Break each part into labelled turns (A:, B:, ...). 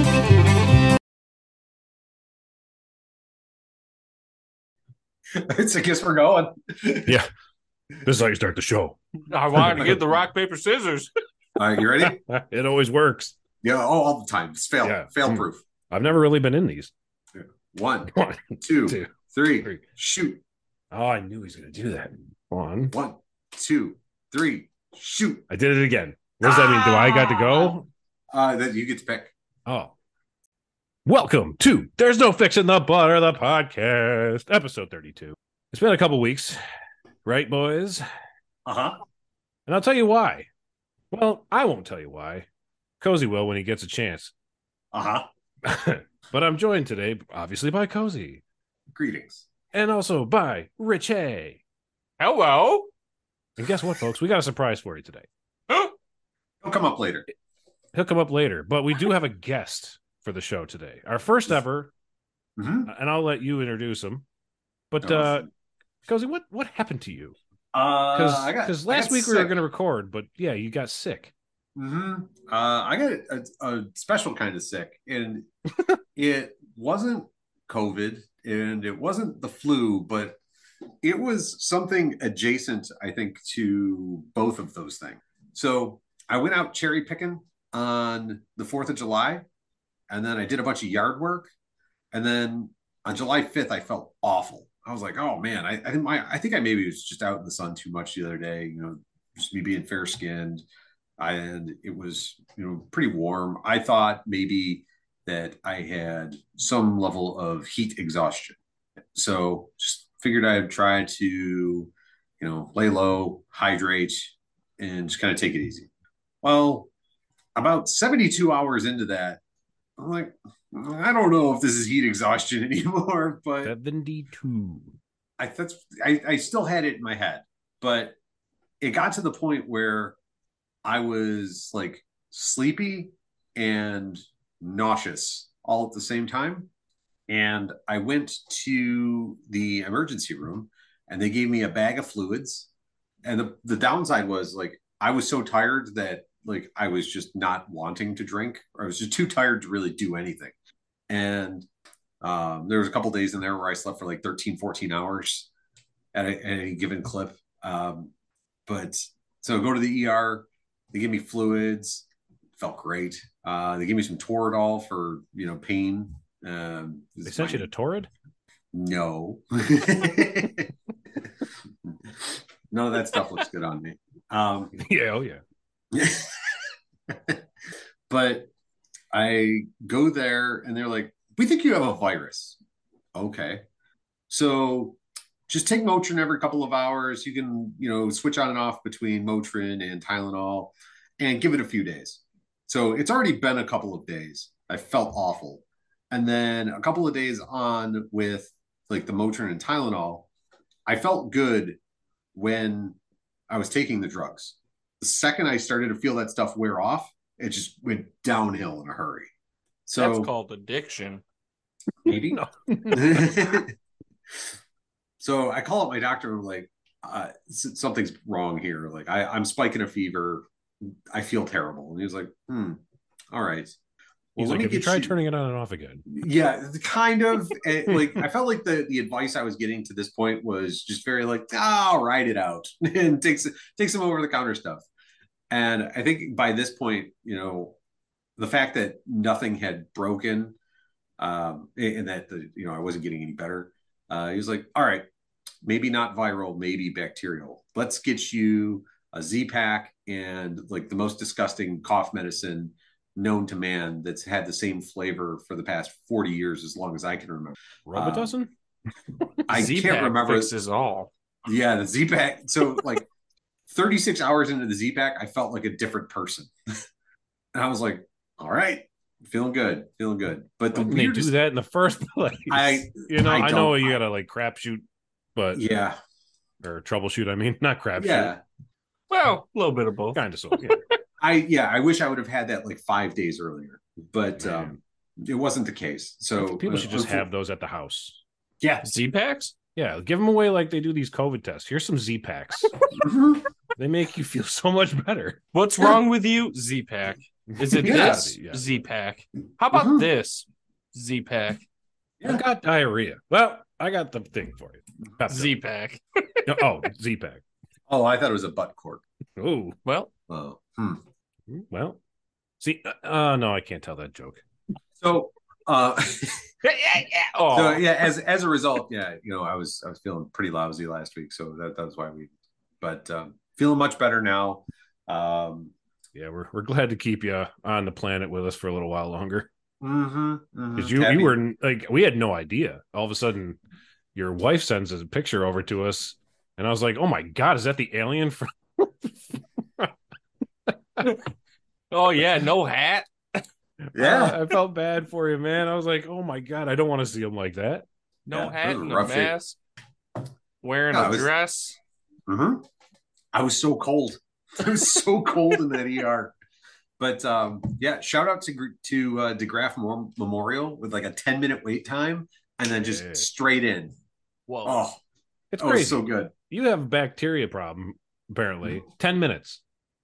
A: it's I guess we're going.
B: Yeah. This is how you start the show.
C: I wanted to get the rock, paper, scissors.
A: All right, you ready?
B: It always works.
A: Yeah, oh, all the time. It's fail,
B: Yeah. Mm.
A: fail proof.
B: I've never really been in these.
A: One,
B: One,
A: two,
B: two,
A: three.
B: three.
A: shoot.
B: Oh, I knew he was going to do that. One.
A: One, two, three, shoot.
B: I did it again. What does that mean? Do I got to go?
A: Uh, then you get to pick.
C: Ah.
B: Oh. Welcome to There's No Fixing the Butter, the podcast, episode 32. It's been a couple weeks, right, boys?
A: Uh huh.
B: And I'll tell you why. Well, I won't tell you why. Cozy will when he gets a chance.
A: Uh huh.
B: but I'm joined today, obviously, by Cozy
A: Greetings.
B: and also by Rich Hay.
C: Hello.
B: And guess what, folks? We got a surprise for you today.
A: I'll come up later.
B: He'll come up later, but we do have a guest for the show today. Our first ever, uh,
A: Mhm.
B: and I'll let you introduce him. But uh Cozy, what what happened to you?
A: Uh,
B: Because
A: I got- I
B: last
A: got
B: week we were
A: sick.
B: going to record, but yeah, you got sick.
A: Mm-hmm. Uh, I got a, a special kind of sick, and it wasn't COVID, and it wasn't the flu, but it was something adjacent, I think, to both of those things. So I went out cherry picking on the Fourth of July, and then I did a bunch of yard work, and then on July fifth, I felt awful. I was like, "Oh man, I, I think my I think I maybe was just out in the sun too much the other day. You know, just me being fair skinned." and it was you know pretty warm i thought maybe that i had some level of heat exhaustion so just figured i'd try to you know lay low hydrate and just kind of take it easy well about 72 hours into that i'm like i don't know if this is heat exhaustion anymore but
B: 72.
A: I that's I, I still had it in my head, but it got to the point where I was like sleepy and nauseous all at the same time. And I went to the emergency room and they gave me a bag of fluids. And the, the downside was like I was so tired that like I was just not wanting to drink, or I was just too tired to really do anything. And um, there was a couple days in there where I slept for like 13, 14 hours at, a, at any given clip. Um, but so I go to the ER, they give me fluids, felt great. Uh, they gave me some Toradol for, you know, pain. Um,
B: They sent you to Torrid?
A: no. None of that stuff looks good on me. Um,
B: yeah, oh yeah.
A: but I go there and they're like, we think you have a virus. Okay. So just take Motrin every couple of hours. You can, you know, switch on and off between Motrin and Tylenol and give it a few days. So it's already been a couple of days. I felt awful. And then a couple of days on with like the Motrin and Tylenol, I felt good when I was taking the drugs. The second I started to feel that stuff wear off, it just went downhill in a hurry. So
C: That's called addiction.
A: maybe
B: No.
A: so I call up my doctor. I'm like, uh, s- something's wrong here. Like I, I'm spiking a fever. I feel terrible. And he was like, hmm, all right.
B: He's
A: let
B: like,
A: me
B: have you
A: get
B: tried turning it on and off again?
A: yeah kind of It- like i felt like the the advice i was getting to this point was just very like i'll ride it out and take some take some over the counter stuff and i think by this point you know the fact that nothing had broken um and and that the you know i wasn't getting any better uh he was like all right maybe not viral maybe bacterial let's get you a z pack and like the most disgusting cough medicine known to man that's had the same flavor for the past 40 years as long as I can remember.
B: Robitussin?
A: I
C: Z-Pack
A: can't remember.
C: fixes all.
A: Yeah, the Z pack. So like 36 hours into the Z pack, I felt like a different person. and I was like, all right, feeling good, feeling good. But the
B: Why didn't they do
A: weirdest,
B: that in the first place?
A: I-
B: you know,
A: I
B: I, know
A: don't-
B: you gotta like crapshoot, but
A: yeah,
B: or troubleshoot. I mean, not crapshoot.
A: yeah.
C: Well, a little bit of both.
B: Kind of so. Yeah.
A: I yeah, I wish I would have had that like five days earlier, but um,
B: Man.
A: it wasn't the case. So
B: people should just
A: uh,
B: have those at the house.
A: yeah.
C: Z-Packs?
B: Yeah, give them away like they do these COVID tests. Here's some Z packs.
A: Mhm.
B: they make you feel so much better.
C: What's wrong with you? Z-Pack. Is it
A: Yes.
C: this?
B: Yeah.
C: Z-Pack. How about
A: Mhm.
C: this? Z-Pack.
B: I've got diarrhea. Well, I got the thing for you.
A: Uh-huh.
B: Pepto.
C: Z pack.
B: No, oh, Z pack.
A: Oh, I thought it was a butt cork.
B: Oh,
C: Well,
A: Oh, hmm.
B: well. See, uh, uh, no, I can't tell that joke.
A: So, uh,
C: yeah, yeah, yeah. Oh,
A: so yeah. As as a result, yeah, you know, I was I was feeling pretty lousy last week, so that that's why we. But um, feeling much better now. Um,
B: Yeah, we're we're glad to keep you on the planet with us for a little while longer
A: mhm, mhm.
B: because you
A: Happy-
B: you were like we had no idea. All of a sudden, your wife sends a picture over to us, and I was like, "Oh my god, is that the alien from?"
C: oh yeah, no hat.
A: yeah.
B: I felt bad for you, man. I was like, "Oh my god, I don't want to see him like that."
A: Yeah,
C: No
A: that
C: hat
A: was
C: and
A: a
C: a
A: rough week.
C: mask. Wearing
A: No,
C: a
A: it was-
C: dress.
A: mhm. I was so cold. I was so cold in that ER. But um, yeah, shout out to Gr- to uh, DeGraff Mem- Memorial with like a ten minute wait time, and then just
B: Yeah.
A: straight in.
C: Whoa.
A: Oh,
B: It's
A: that
B: crazy.
A: was so good. Mm.
B: you have a bacteria problem apparently 10 minutes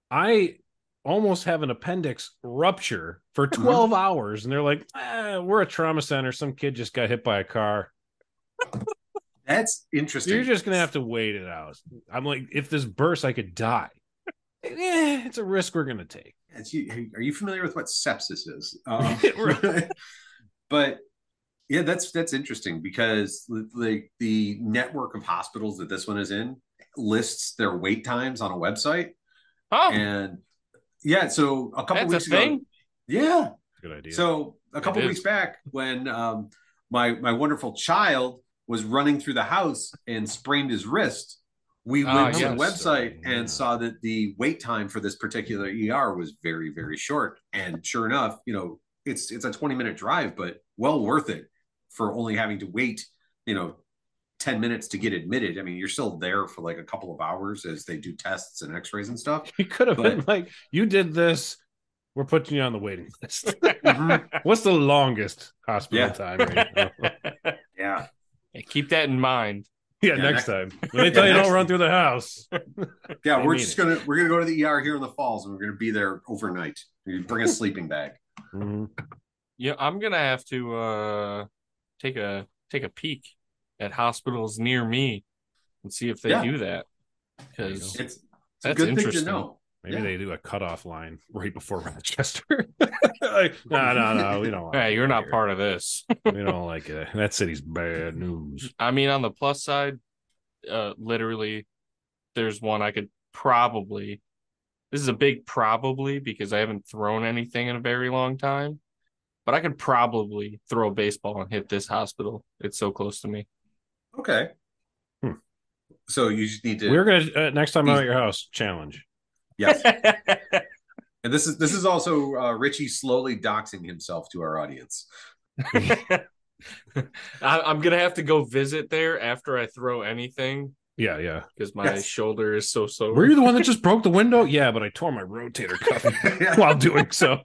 B: i almost have an appendix rupture for
A: Mm-hmm.
B: 12 hours and they're like "Ah, we're a trauma center some kid just got hit by a car
A: That's interesting.
B: you're just gonna have to wait it out i'm like if this bursts i could die Eh, it's a risk we're gonna take
A: It's- you- are you familiar with what sepsis is? Um,
B: Right.
A: but yeah, that's that's interesting because like the network of hospitals that this one is in lists their wait times on a website,
C: Huh?
A: and yeah, so a couple
C: Oh. That's a
A: weeks ago,
C: thing.
A: yeah,
B: good idea
A: so a couple
C: is.
A: weeks back, when um, my my wonderful child was running through the house and sprained his wrist, we
C: Ah,
A: went to
C: yes.
A: the website
B: Yeah.
A: and saw that the wait time for this particular ER was very very short. And sure enough, you know, it's it's a twenty minute drive, but well worth it for only having to wait, you know. 10 minutes to get admitted. I mean, you're still there for like a couple of hours as they do tests and x-rays and stuff.
B: you could have been
A: but-
B: like you did this we're putting you on the waiting list
A: Mhm.
B: what's the longest hospital
A: Yeah.
B: time right now
A: Yeah.
C: Hey, Keep that in mind.
B: yeah,
A: next-
B: next time when they tell
A: Yeah,
B: you don't
A: next-
B: run through the house
A: Yeah,
B: They
A: we're
B: mean
A: just
B: it.
A: gonna we're gonna go to the ER here in the falls, and we're gonna be there overnight. You bring a sleeping bag.
B: Mhm.
C: Yeah, I'm gonna have to uh take a take a peek at hospitals near me and see if they
A: Yeah.
C: do that. Because
A: It's, it's a
C: That's
A: good thing to
C: interesting.
A: know.
B: Maybe
A: Yeah.
B: they do a cutoff line right before Rochester. like, no, no, no, we don't. Like
C: hey,
B: it
C: you're not
B: here.
C: part of this.
B: We don't like it. That city's bad news.
C: I mean, on the plus side, uh, literally, there's one I could probably. This is a big probably because I haven't thrown anything in a very long time, but I could probably throw a baseball and hit this hospital. It's so close to me.
A: Okay.
B: Hmm.
A: So you just need to.
B: We're gonna uh, next time I'm at your house challenge.
A: yes, and this is this is also uh, Richie slowly doxing himself to our audience.
C: I, I'm gonna have to go visit there after I throw anything
B: Yeah, yeah.
C: because my
A: Yes.
C: shoulder is so
A: Oh.
C: sore.
B: Were you the one that just broke the window? Yeah, but I tore my rotator cuff
A: Yeah.
B: while doing so.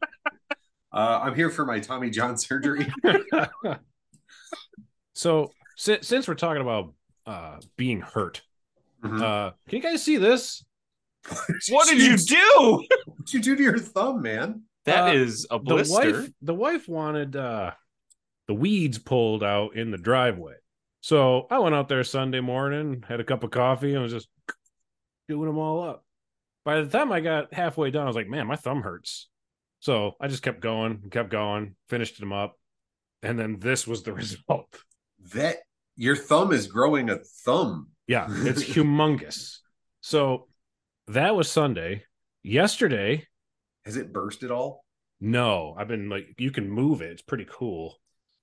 A: Uh, I'm here for my Tommy John surgery.
B: so si- since we're talking about uh being hurt,
A: Mhm.
B: uh can you guys see this?
C: what did you do?
A: What you do to your thumb, man?
C: That
B: Uh,
C: is a
B: The
C: blister.
B: wife, the wife wanted uh, the weeds pulled out in the driveway. So I went out there Sunday morning, had a cup of coffee, and was just doing them all up. By the time I got halfway done, I was like, "Man, my thumb hurts." So I just kept going, and kept going, finished them up, and then this was the result.
A: That your thumb is growing a thumb.
B: Yeah, it's humongous. So that was Sunday. Yesterday,
A: Has it burst at all?
B: no, I've been like, you can move it. It's pretty cool.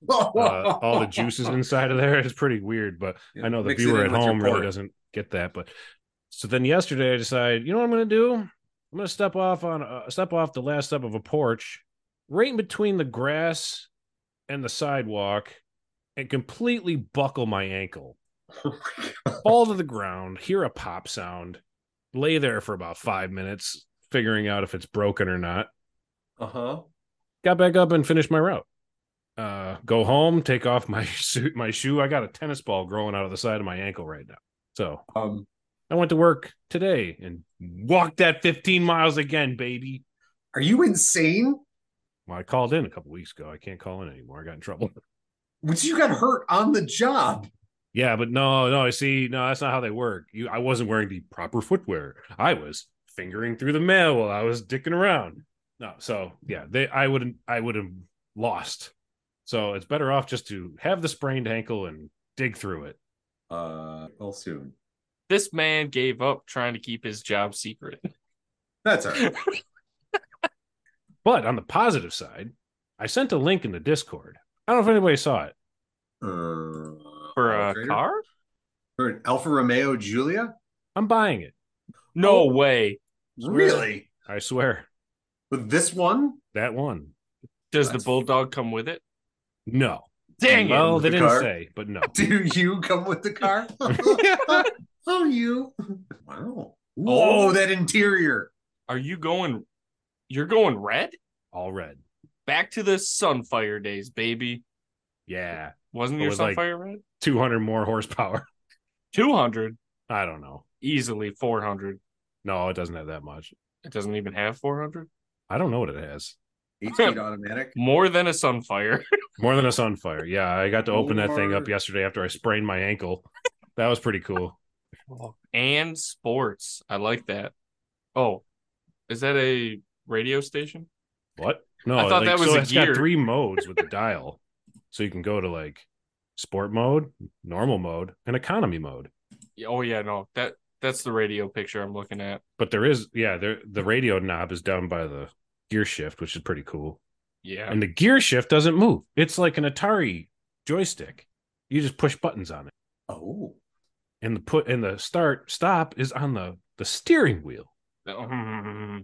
B: uh,
A: All
B: all the juices inside of there. It's pretty weird, but
A: Yeah,
B: I know the
A: mix it in
B: viewer at
A: with your
B: home really
A: pork.
B: doesn't get that. But so then yesterday, I decided, you know what I'm going to do? I'm going to step off on uh, step off the last step of a porch, right in between the grass and the sidewalk, and completely buckle my ankle,
A: Oh
B: fall to the ground, hear a pop sound, lay there for about five minutes, figuring out if it's broken or not
A: Uh huh.
B: got back up and finished my route. Uh, go home, take off my suit, my shoe. I got a tennis ball growing out of the side of my ankle right now. So
A: Um,
B: I went to work today and walked that 15 miles again, baby.
A: are you insane?
B: Well, I called in a couple weeks ago. I can't call in anymore. I got in trouble.
A: Which you got hurt on the job.
B: Yeah, but no, no, I see. No, that's not how they work. You, I wasn't wearing the proper footwear. I was fingering through the mail while I was dicking around. No, so yeah, they, I wouldn't, I would have lost. So it's better off just to have the sprained ankle and dig through it.
A: Uh, well, soon.
C: This man gave up trying to keep his job secret.
A: That's all right.
B: But on the positive side, I sent a link in the Discord. I don't know if anybody saw it.
A: Uh,
C: For a
A: Trader?
C: car?
A: For an Alfa Romeo Giulia?
B: I'm buying it.
C: No way.
A: Really?
B: I swear.
A: With this one?
B: That one.
C: Does
A: That's-
C: the bulldog come with it?
B: No.
C: Dang it.
B: well,
A: with
B: they
A: the
B: didn't
A: car.
B: say, but no.
A: Do you come with the car? oh, you. Wow. Whoa,
C: Oh.
A: that interior.
C: Are you going? You're going red?
B: All red.
C: Back to the Sunfire days, baby.
B: Yeah.
C: Wasn't
B: It
C: your
B: was like-
C: Sunfire red?
B: 200 more horsepower.
C: 200,
B: I don't know.
C: easily 400.
B: No, it doesn't have that much.
C: It doesn't even have 400.
B: I don't know what it has.
A: Eight speed automatic.
C: More than a Sunfire.
B: More than a sunfire. Yeah, I got to open that thing up
A: Lord.
B: yesterday after I sprained my ankle. That was pretty cool.
C: and sports. I like that. Oh, is that a radio station?
B: What? No,
C: I thought
B: like,
C: that was
B: so
C: a
B: it's
C: gear.
B: got three modes with the dial. So you can go to like sport mode, normal mode, and economy mode.
C: Oh yeah, no. That that's the radio picture I'm looking at.
B: But there is yeah, there the radio knob is down by the gear shift, which is pretty cool.
C: Yeah.
B: And the gear shift doesn't move. It's like an Atari joystick. You just push buttons on it.
A: Oh.
B: And the put and the start stop is on the the steering wheel.
C: hmm, yeah.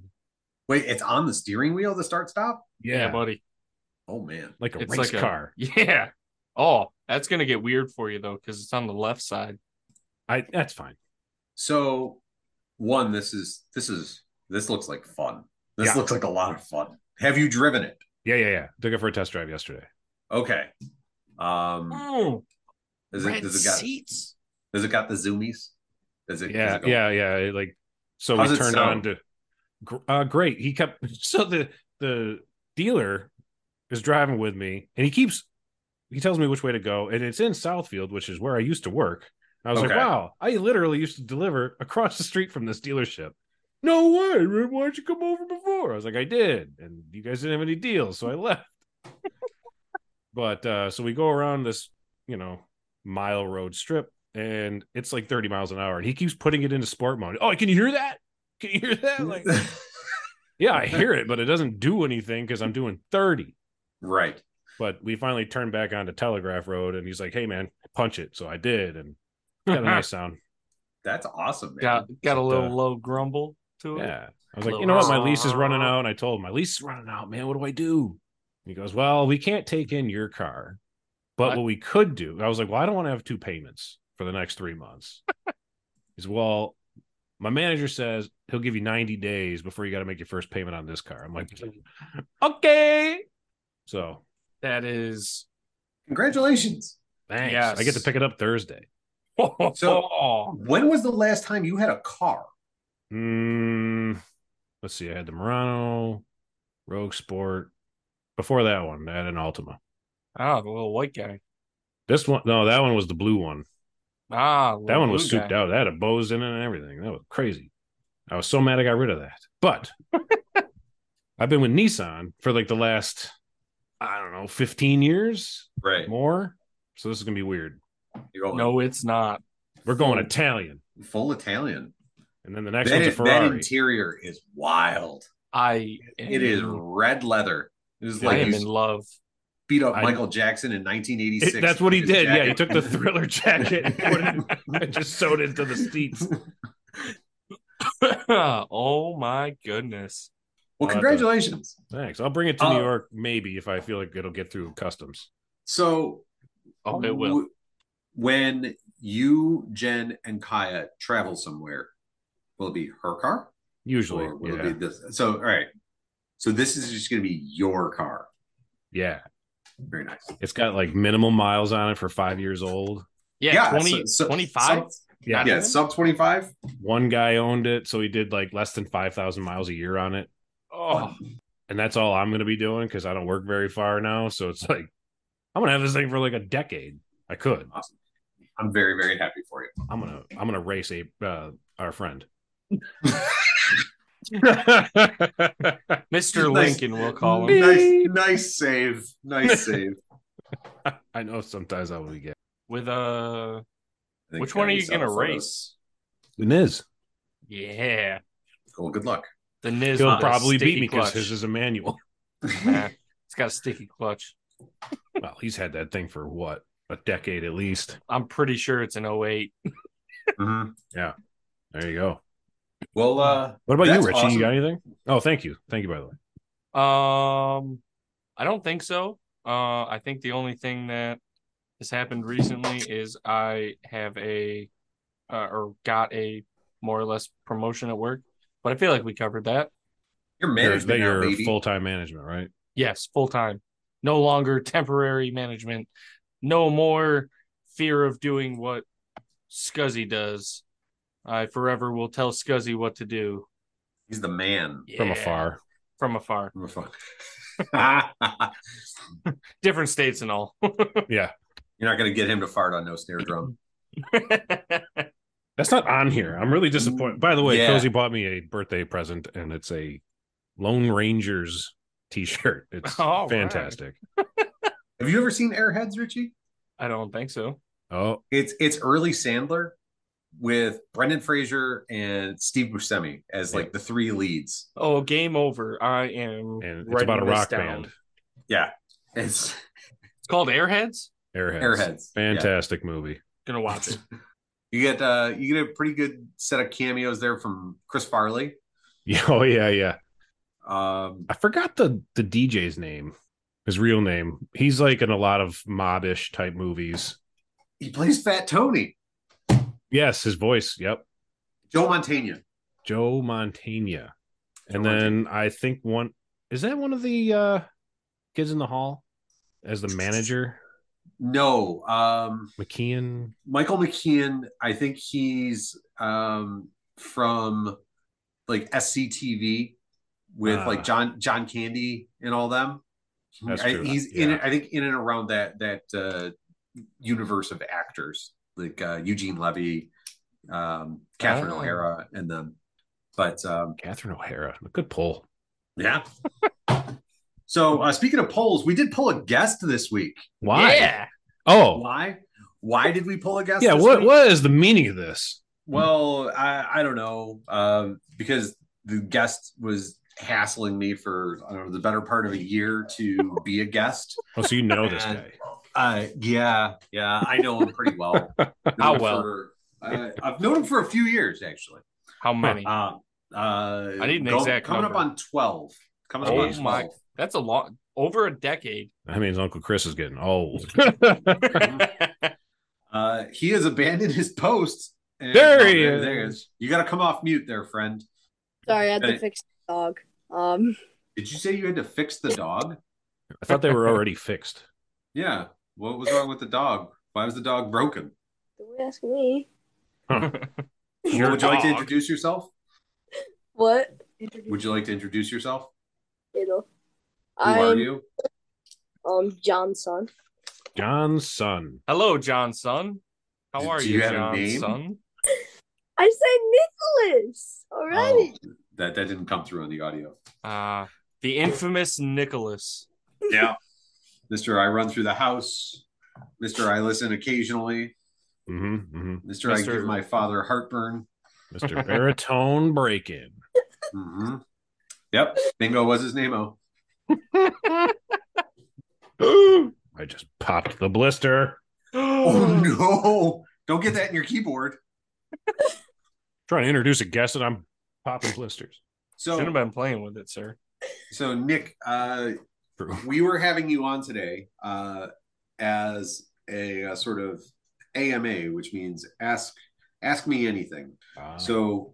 A: Wait, it's on the steering wheel, the start stop?
C: buddy.
A: Oh, man.
B: like a
C: It's
B: race
C: like a-
B: car.
C: Yeah. Oh, that's gonna get weird for you though, because it's on the left side.
B: I that's fine.
A: So, one, this is, this is, this looks like fun. This
B: Yeah.
A: looks like a lot of fun. Have you driven it?
B: Yeah, yeah, yeah. Took it for a test drive yesterday.
A: Okay. Um,
B: Hmm.
A: does it,
C: red
A: does it got,
C: seats.
A: does it got the zoomies? Does it, does
B: yeah,
A: it go-
B: yeah, yeah. it, Like so,
A: How's
B: we
A: it
B: turned on
A: sound?
B: to gr- uh, great. He kept so the the dealer is driving with me, and he keeps he tells me which way to go, and it's in Southfield, which is where I used to work. I was
A: Okay.
B: like, wow, I literally used to deliver across the street from this dealership. No way, Rick, why'd you come over before? I was like, I did, and you guys didn't have any deals, so I left. but uh, so we go around this, you know, mile road strip and it's like 30 miles an hour and he keeps putting it into sport mode oh can you hear that can you hear that like yeah i hear it but it doesn't do anything because i'm doing 30
A: right.
B: but we finally turned back onto telegraph road and he's like hey man punch it so i did and it got a nice sound
A: That's awesome, man.
C: Got got a little
B: Uh,
C: low grumble to it.
B: yeah i was like you know what my lease is running out and i told him my lease is running out man what do i do he goes well we can't take in your car but
C: What?
B: what we could do i was like well i don't want to have two payments for the next three months he's well my manager says he'll give you 90 days before you got to make your first payment on this car i'm like
C: Mm-hmm.
B: okay so
C: That is
A: Congratulations.
B: thanks
C: Yes.
B: i get to pick it up thursday
C: Oh,
A: So- When was the last time you had a car?
B: Mm, let's see. I had the Murano, Rogue Sport. Before that one, I had an Altima.
C: Ah, the little white guy.
B: This one, no, that one was the blue one.
C: Ah,
B: That one was
C: little blue
B: souped out. That had a Bose in it and everything. That was crazy. I was so mad I got rid of that. But I've been with Nissan for like the last, I don't know, 15 years
A: Right.
B: more. So this is going to be weird.
A: You're
C: guy.
A: going
C: No, it's not.
B: We're going Italian.
A: full Italian.
B: And then the next
A: That,
B: one's a
A: is- that
B: Ferrari.
A: interior is wild.
C: I
A: It is
C: am-
A: red leather. It was
B: Yeah,
C: I
A: like
C: am
A: you
C: in love.
A: beat up
B: I-
A: Michael Jackson in 1986.
B: It- that's what he
A: with
B: did.
A: his
B: Yeah, he
A: jacket.
B: took the thriller jacket and put it and just sewed it to the seats.
C: oh my goodness.
A: Well,
B: Uh,
A: congratulations.
B: Thanks. I'll bring it to
A: Uh,
B: New York maybe if I feel like it'll get through customs.
A: So,
C: Oh, it will.
A: w- Um, when you, Jen, and Kaya travel somewhere, will it be her car?
B: Usually,
A: Or will
B: yeah,
A: it be this? So, all right. So, this is just going to be your car.
B: yeah.
A: Very nice.
B: It's got like minimal miles on it for five years old.
C: Yeah, 20,
A: so- so-
C: 25.
A: sub-
B: Yeah.
C: Not
A: yeah,
C: even?
A: sub 25.
B: One guy owned it, so he did like less than five thousand miles a year on it,
C: Oh,
B: and that's all I'm going to be doing because I don't work very far now. So it's like I'm going to have this thing for like a decade. I could.
A: Awesome. I'm very, very happy for you.
B: I'm gonna I'm gonna race a uh, our friend.
C: Mr.
A: Nice.
C: Lincoln, we'll call him.
A: Nice, nice save. Nice save.
B: I know sometimes I will be gay.
C: With uh,
A: I think
C: which one are
A: County
C: you gonna
A: South
C: race?
B: The Niz.
C: Yeah,
A: Florida. Well, good luck.
C: the Niz.
B: He'll
C: with a
B: probably beat
C: sticky
B: me because
C: clutch.
B: his is a manual.
C: Nah, it's got a sticky clutch.
B: well, he's had that thing for what a decade at least.
C: I'm pretty sure it's an 08.
A: Mhm.
B: There you go.
A: Well, uh,
B: What about
A: That's
B: you, Richie?
A: awesome.
B: You got anything? Oh, thank you, thank you. By the way,
C: Um, I don't think so. Uh, I think the only thing that has happened recently is I have a uh, or got a more or less promotion at work, but I feel like we covered that.
A: you're
B: you're,
A: management now, baby.
B: full time management, right?
C: Yes, full time, no longer temporary management, no more fear of doing what Scuzzy does. I forever will tell Scuzzy what to do
A: He's the man.
B: From
C: Yeah,
B: afar.
C: From afar,
A: I'm a fuck. you're
C: different states and all.
B: yeah,
A: not gonna get him to fart on no snare drum.
B: that's not on here. I'm really disappointed. By the way,
A: Yeah.
B: Cozy bought me a birthday present, and it's a Lone Rangers T-shirt. It's
C: All right.
B: fantastic.
A: Have you ever seen Airheads, Richie?
C: I don't think so.
B: Oh,
A: It's it's early Sandler with Brendan Fraser and Steve Buscemi as like the three leads.
C: Oh, game over. I am.
B: and it's
C: writing
B: about a
C: this
B: rock
C: down.
B: band,
A: Yeah, it's
C: It's called Airheads.
B: Airheads.
A: Airheads. Yeah.
B: Fantastic movie.
C: Gonna watch it.
A: You get uh you get a pretty good set of cameos there from Chris Farley.
B: Yeah. Oh yeah, yeah.
A: Um
B: I forgot the the DJ's name, his real name. He's like in a lot of mobbish type movies.
A: he plays Fat Tony,
B: Yes, his voice. Yep.
A: Joe Montana.
B: Joe Montana. And
A: Joe
B: then I think one is that one of the uh kids in the hall as the manager,
A: No, um
B: McKeon.
A: Michael McKean, I think he's um from like SCTV with
B: Ah.
A: like John John Candy and all them.
B: That's
A: I,
B: true.
A: He's in
B: Yeah.
A: I think in and around that that uh universe of actors like uh Eugene Levy, um Catherine
C: Oh.
A: O'Hara and them. But um
B: Catherine O'Hara. Good pull.
A: yeah. so uh speaking of polls, we did pull a guest this week.
B: Why?
C: Yeah.
B: Oh.
A: Why? Why did we pull a guest?
B: Yeah,
A: this
B: what
A: week?
B: what is the meaning of this?
A: Well, I, I don't know um, because the guest was hassling me for I don't know the better part of a year to be a guest.
B: Oh, so you know this
A: And-
B: guy.
A: Uh, yeah, yeah, I know him pretty well.
C: How
A: Known
C: well?
A: for- uh, I've known him for a few years actually.
C: How many?
A: Uh, uh,
C: I need an
A: go-
C: exact
A: coming
C: number.
A: up on twelve. Coming
B: Oh
A: up on
C: my-
A: twelve.
C: That's a lot. Over a decade.
B: That means Uncle Chris is getting old.
A: Uh, he has abandoned his post. And,
B: There
A: oh,
B: he
A: There he
B: is.
A: is. You got to come off mute, there, friend.
D: Sorry, I had
A: Okay.
D: to fix the dog. Um,
A: Did you say you had to fix the dog?
B: I thought they were already fixed.
A: Yeah. What was wrong with the dog? Why was the dog broken?
D: don't ask me.
C: Your
A: Would you like to
C: dog.
A: introduce yourself?
D: What?
A: Would you like to introduce yourself?
D: It'll-
A: Who are
D: I'm
A: you?
D: um Johnson.
B: John's son.
C: Hello, John Son. How
A: Do-
C: are
A: do
C: you,
A: you have a
C: John
A: name?
C: Son?
D: I said Nicholas
A: Oh,
D: already.
A: that that didn't come through on the audio.
C: Uh, the infamous Nicholas.
A: Yeah. Mr. I run through the house. Mr. I listen occasionally.
B: hmm hmm
A: Mr. I
C: Mr.
A: give my father heartburn.
B: Mr. Baritone break in.
A: hmm Yep. Bingo was his name. Oh.
B: I just popped the blister.
A: Oh no. Don't get that in your keyboard.
B: Trying to introduce a guest and I'm popping blisters.
A: So
C: Shouldn't have been playing with it, sir.
A: so Nick, uh
B: True.
A: we were having you on today uh, as a, uh sort of AMA, which means ask ask me anything.
B: Ah.
A: So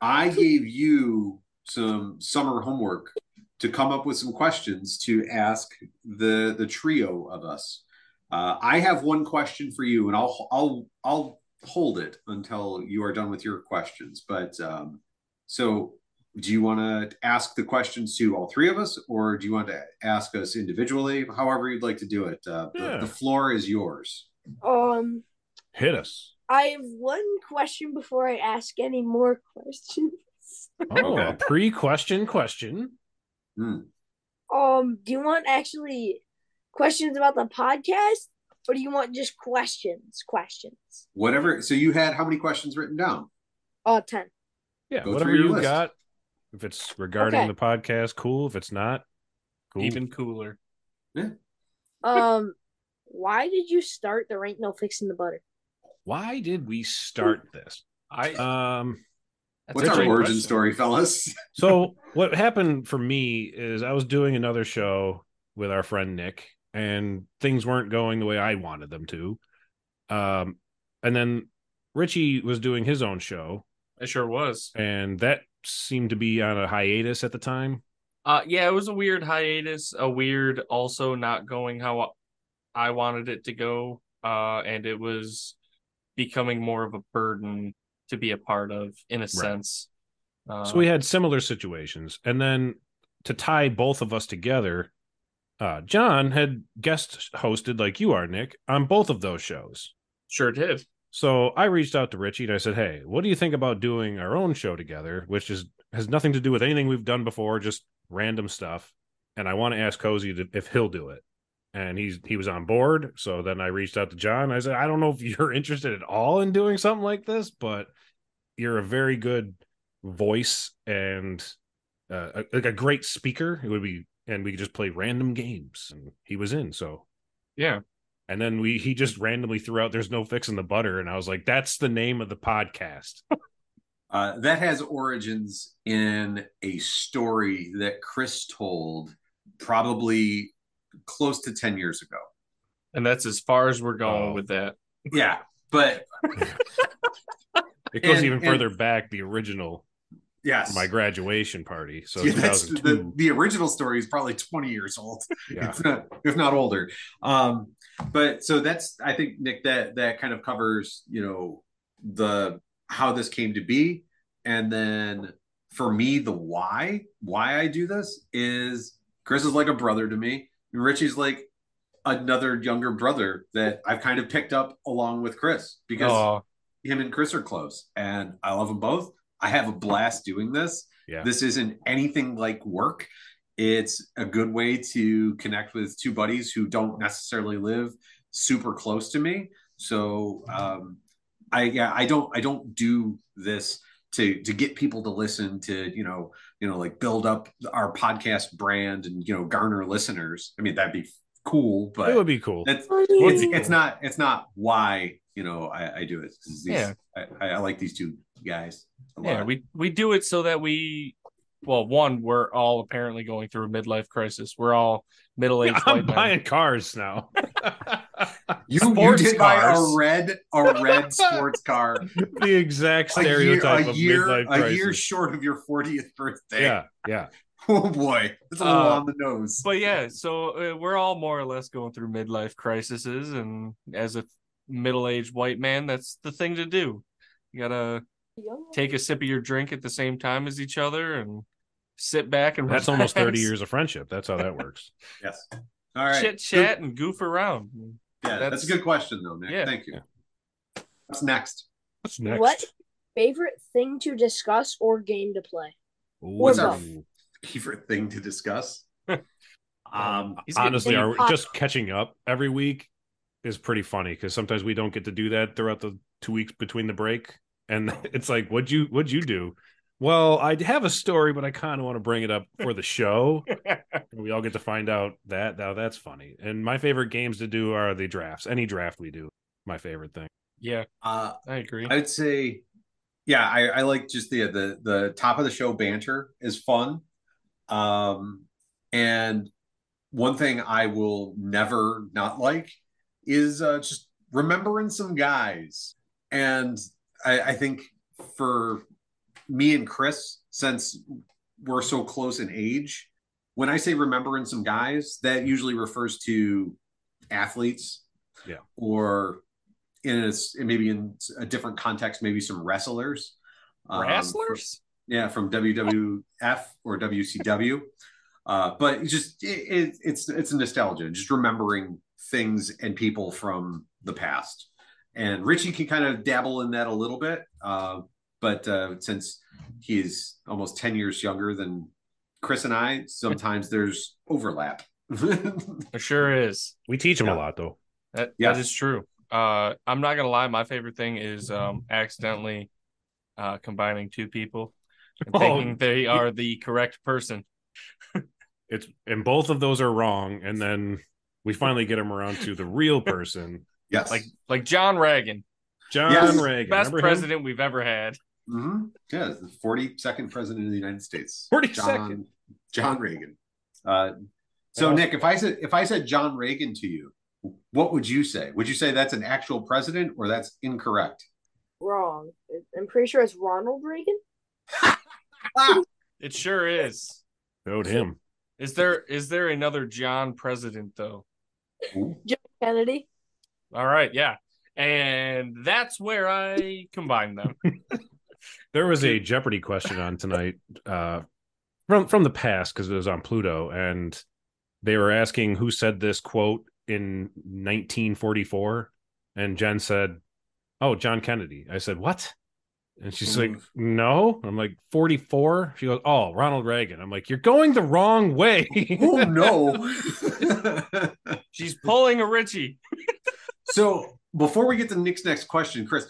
A: I gave you some summer homework to come up with some questions to ask the the trio of us. Uh, I have one question for you, and I'll I'll I'll hold it until you are done with your questions. But um, so, do you want to ask the questions to all three of us, or do you want to ask us individually? However, you'd like to do it. Uh, the,
B: Yeah.
A: the floor is yours.
D: Um,
B: Hit us.
D: I have one question before I ask any more questions.
B: Oh, a
A: Okay.
B: pre-question question.
A: Hmm.
D: Um, do you want actually questions about the podcast, or do you want just questions? Questions.
A: Whatever. So you had how many questions written down?
D: Oh, ten.
B: Yeah,
A: Go
B: whatever
A: through your
B: you
A: list.
B: got. If it's regarding
D: Okay.
B: the podcast, cool. If it's not, cool.
C: Even cooler.
D: Um, why did you start the Ain't No Fixing the Butter?
B: why did we start this?
C: I
B: Um,
C: that's
A: What's
C: a
A: our
C: great
A: origin
C: question.
A: story, fellas?
B: so what happened for me is I was doing another show with our friend Nick, and things weren't going the way I wanted them to. Um, and then Richie was doing his own show,
C: It sure was.
B: and that seemed to be on a hiatus at the time.
C: Uh yeah, it was a weird hiatus, a weird also not going how I wanted it to go. Uh and it was becoming more of a burden to be a part of in a sense. Uh,
B: So we had similar situations. And then to tie both of us together, uh, John had guest hosted, like you are, Nick, on both of those shows.
C: sure did.
B: So I reached out to Richie and I said, Hey, what do you think about doing our own show together? Which is has nothing to do with anything we've done before, just random stuff. And I want to ask Cozy to, if he'll do it. And he's he was on board. So then I reached out to John. I said, I don't know if you're interested at all in doing something like this, but you're a very good voice and uh, a, like a great speaker. It would be, and we could just play random games. And he was in. So
C: Yeah.
B: and then we he just randomly threw out "There's no fixing the butter," and I was like, "That's the name of the podcast."
A: Uh, that has origins in a story that Chris told probably close to 10 years ago.
C: And that's as far as we're going
B: Oh.
C: with that.
A: Yeah. But
B: It goes
A: And-
B: even
A: and-
B: further back, the original
A: yes.
B: my graduation party. So
A: yeah, that's the,
B: 2002.
A: the original story is probably 20 years old.
B: yeah,
A: if not if not older um but so that's i think nick that that kind of covers you know the how this came to be and then for me the why why i do this is chris is like a brother to me and richie's like another younger brother that i've kind of picked up along with chris because
C: Oh,
A: him and chris are close and i love them both i have a blast doing this
B: yeah.
A: this isn't anything like work. It's a good way to connect with two buddies who don't necessarily live super close to me. So um, I yeah I don't I don't do this to to get people to listen to you know you know like build up our podcast brand and you know garner listeners. I mean that'd be cool,
B: it would
A: but
B: be cool.
A: that's
D: Funny.
A: it's, it's not it's not why you know I, I do it. 'Cause These,
C: Yeah.
A: I, I I like these two guys. A lot.
C: yeah, we we do it so that we well, one, we're all apparently going through a midlife crisis. We're all middle-aged
B: I'm
C: white men.
B: buying cars now.
A: You, you
C: Sports
A: did buy
C: cars.
A: a red a red sports car
B: the exact
A: a year
B: stereotype
A: a
B: of
A: year,
B: midlife
A: a year
B: crisis.
A: short of your 40th birthday.
B: yeah, yeah.
A: Oh boy, that's a little
C: Uh,
A: on the nose.
C: but yeah, so uh, we're all more or less going through midlife crises, and as a middle-aged white man, that's the thing to do. You gotta take a sip of your drink at the same time as each other and sit back and
B: That's almost
C: relax,
B: 30 years of friendship. That's how that works.
A: yes. All right.
C: Chit chat and goof around.
A: Good- Yeah, that's,
C: that's-
A: a good question though, Nick.
C: Yeah.
A: Thank you.
B: Yeah.
A: What's next?
B: What's next?
D: What favorite thing to discuss or game to play?
A: What's
D: our-
B: Ooh.
A: Favorite thing to discuss? um
C: He's getting
B: honestly,
D: deep.
B: our, just catching up every week is pretty funny because sometimes we don't get to do that throughout the two weeks between the break, and it's like, what'd you what'd you do? Well, I have a story, but I kind of want to bring it up for the show. And we all get to find out that now that's funny. And my favorite games to do are the drafts. Any draft we do, my favorite thing.
C: yeah,
A: uh
C: I agree.
A: I would say, yeah, I, I like just the the the top of the show banter is fun. Um, and one thing I will never not like is uh, just remembering some guys. And I, I think for me and Chris, since we're so close in age, when I say remembering some guys, that usually refers to athletes,
B: Yeah.
A: or in a, s- maybe in a different context, maybe some wrestlers, um,
C: Wrestlers?
A: yeah, from WWF or WCW. Uh, but it's just it, it, it's it's nostalgia, just remembering things and people from the past, and Richie can kind of dabble in that a little bit. Uh, but uh, since he is almost 10 years younger than Chris and I, sometimes there's overlap.
C: It sure is.
B: We teach them
A: Yeah.
B: a lot though.
C: That
A: Yeah.
C: that is true. Uh, I'm not gonna lie. My favorite thing is um, accidentally uh, combining two people and
B: Oh.
C: thinking they are the correct person.
B: It's and both of those are wrong, and then we finally get him around to the real person,
A: yes.
C: Like like John Reagan,
B: John
A: Yes.
B: Reagan,
C: best
B: Remember him?
C: president we've ever had.
A: hmm Yeah, the 42nd president of the United States.
B: 42nd.
A: John Reagan. Uh, so
B: Yeah.
A: Nick, if I said if I said John Reagan to you, what would you say? Would you say that's an actual president or that's incorrect?
D: Wrong. I'm pretty sure it's Ronald Reagan.
B: Ah.
C: It sure is.
B: Showed him.
C: Is there is there another John president though?
A: Ooh.
D: Kennedy.
C: All right, yeah. And that's where I combine them.
B: There was a Jeopardy question on tonight uh, from from the past because it was on Pluto, and they were asking who said this quote in 1944, and Jen said, "Oh, John Kennedy." I said, "What?" And she's like, "No." I'm like, "44." She goes, "Oh, Ronald Reagan." I'm like, "You're going the wrong way."
A: oh no.
C: She's pulling a Richie.
A: so before we get to Nick's next question, Chris,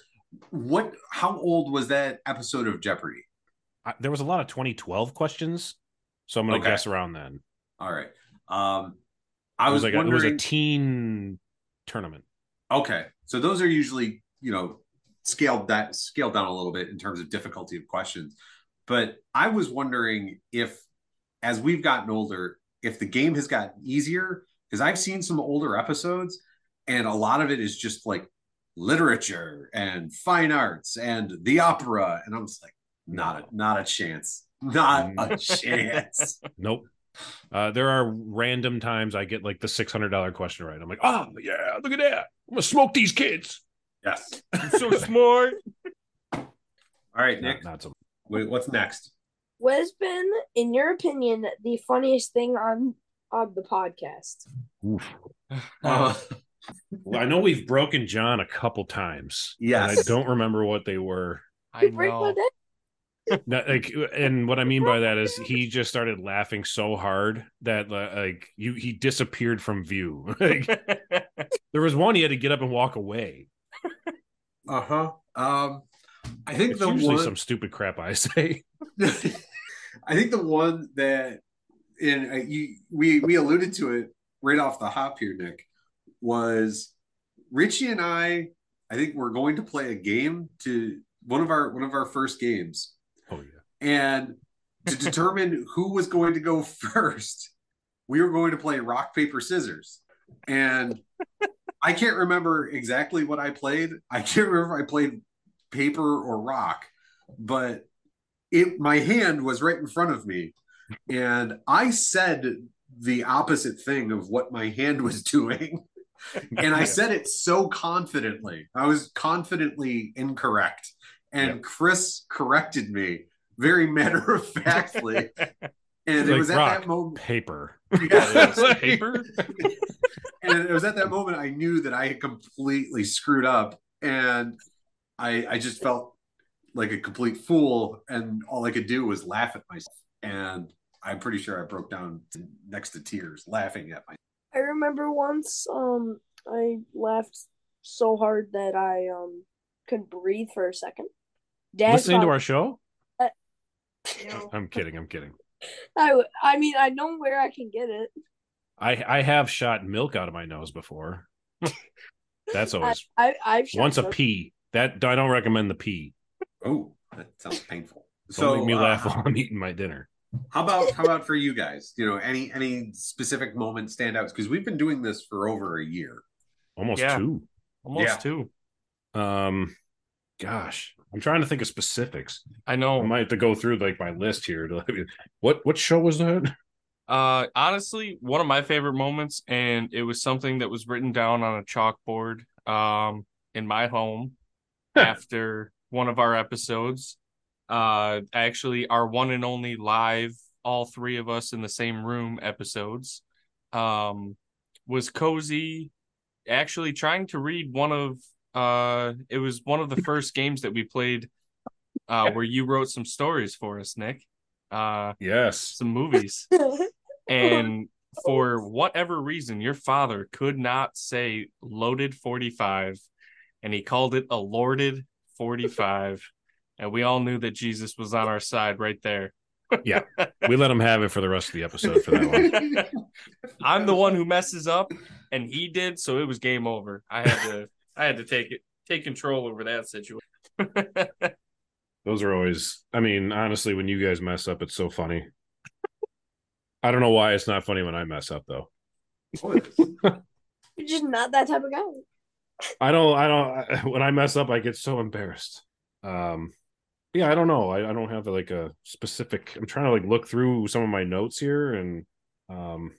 A: what how old was that episode of Jeopardy?
B: I- there was a lot of 2012 questions, so I'm gonna
A: Okay.
B: guess around then.
A: All right. Um I
B: It
A: was,
B: like a-
A: wondering
B: it was a teen tournament.
A: Okay. So those are usually, you know, scaled that scaled down a little bit in terms of difficulty of questions. But I was wondering if as we've gotten older, if the game has gotten easier, because I've seen some older episodes and a lot of it is just like literature and fine arts and the opera. And I'm just like, not a not a chance. Not a
B: Mm.
A: chance.
B: Nope. Uh, there are random times I get like the six hundred dollar question right. I'm like, oh yeah, look at that. I'm gonna smoke these kids.
A: Yes.
C: You're so smart.
A: All right,
B: Not,
A: Nick.
B: not so.
A: Wait, what's next?
D: What has been, in your opinion, the funniest thing on on the podcast?
B: Uh-huh.
A: Uh,
B: Well, I know we've broken John a couple times. and I
A: Yes.
B: don't remember what they were.
C: I
D: Break my
C: know.
D: neck.
B: Not, like, and what I mean by that is he just started laughing so hard that like you he disappeared from view. like, there was one he had to get up and walk away.
A: Uh-huh. Um I think
B: It's
A: the
B: usually
A: one
B: some stupid crap I say.
A: I think the one that and uh, you we we alluded to it right off the hop here, Nick, was Richie and I. I think we're going to play a game to one of our one of our first games,
B: Oh yeah.
A: and to determine who was going to go first, we were going to play rock paper scissors, and I can't remember exactly what I played. I can't remember if I played paper or rock, but it my hand was right in front of me, and I said the opposite thing of what my hand was doing. And I said it so confidently. I was confidently incorrect. And Chris corrected me very matter of factly. And it
B: Like
A: was at
B: rock.
A: that moment.
B: Paper.
C: Yeah,
A: Yeah.
C: it is. paper.
A: and it was at that moment I knew that I had completely screwed up. And I I just felt like a complete fool. And all I could do was laugh at myself. And I'm pretty sure I broke down to, next to tears laughing at myself.
D: I remember once um I laughed so hard that I um couldn't breathe for a second. Dad
B: Listening to
D: found
B: our show?
D: out.
B: I'm kidding. I'm kidding.
D: I I mean I know where I can get it.
B: I I have shot milk out of my nose before. That's always
D: I I've shot
B: once a
D: some-
B: pee. That I don't recommend the pee.
A: Oh, that sounds painful.
B: Don't make me
A: uh,
B: laugh while I'm eating my dinner.
A: How about how about for you guys? You know, any any specific moment standouts? Because we've been doing this for over a year.
B: Almost
C: Yeah.
B: two.
C: Almost
A: Yeah.
C: two.
B: Um, gosh, I'm trying to think of specifics.
C: I
B: I
C: know.
B: might have to go through like my list here. To, what what show was that?
C: Uh, honestly, one of my favorite moments, and it was something that was written down on a chalkboard, um, in my home after one of our episodes. Uh, actually, our one and only live, all three of us in the same room episodes, um, was cozy. Actually, trying to read one of Uh, it was one of the first games that we played, uh, where you wrote some stories for us, Nick. Uh,
B: Yes.
C: some movies, and for whatever reason, your father could not say "loaded 45," and he called it a "lorded 45," and we all knew that Jesus was on our side right there.
B: We let him have it for the rest of the episode for that one.
C: I'm the one who messes up, and he did, so it was game over. I had to, I had to take it, take control over that situation.
B: Those are always, I mean, honestly, when you guys mess up, it's so funny. I don't know why it's not funny when I mess up though.
D: You're just not that type of guy.
B: I don't, I don't, when I mess up, I get so embarrassed. Um, yeah, I don't know. I, I don't have like a specific, I'm trying to like look through some of my notes here and, um,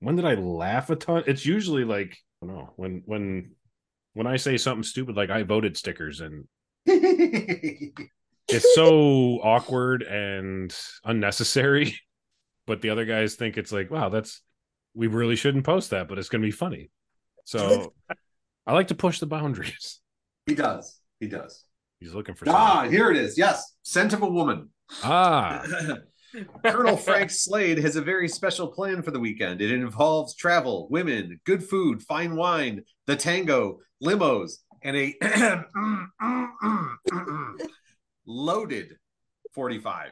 B: when did I laugh a ton? It's usually like, I don't know, when, when, when I say something stupid, like I voted stickers and it's so awkward and unnecessary but the other guys think it's like wow that's we really shouldn't post that but it's going to be funny so i like to push the boundaries
A: he does. He does.
B: he's looking for
A: Ah,
B: something.
A: here it is. Yes, scent of a woman.
B: ah
A: Colonel Frank Slade has a very special plan for the weekend. It involves travel, women, good food, fine wine, the tango, limos, and a loaded 45.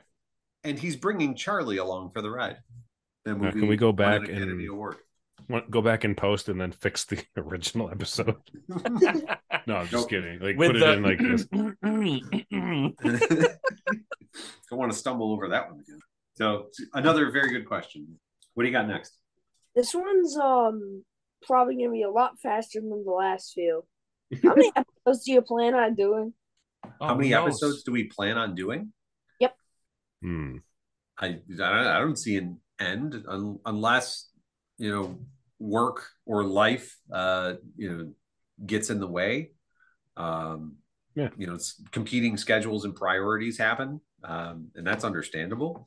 A: And he's bringing Charlie along for the ride. That
B: Now, can we go
A: won an
B: back
A: Academy
B: and-
A: Award.
B: Want- go back and post and then fix the original episode no i'm
A: Nope.
B: just kidding like
C: With
B: put
C: the-
B: it in like this
A: Don't want to stumble over that one again. So another very good question. What do you got next?
D: This one's um probably gonna be a lot faster than the last few. How many episodes do you plan on doing?
A: How
C: Oh,
A: many
C: no.
A: episodes do we plan on doing?
B: Hmm.
A: I I don't, I don't see an end un, unless you know work or life uh you know gets in the way. Um
B: Yeah.
A: you know s- competing schedules and priorities happen um and that's understandable.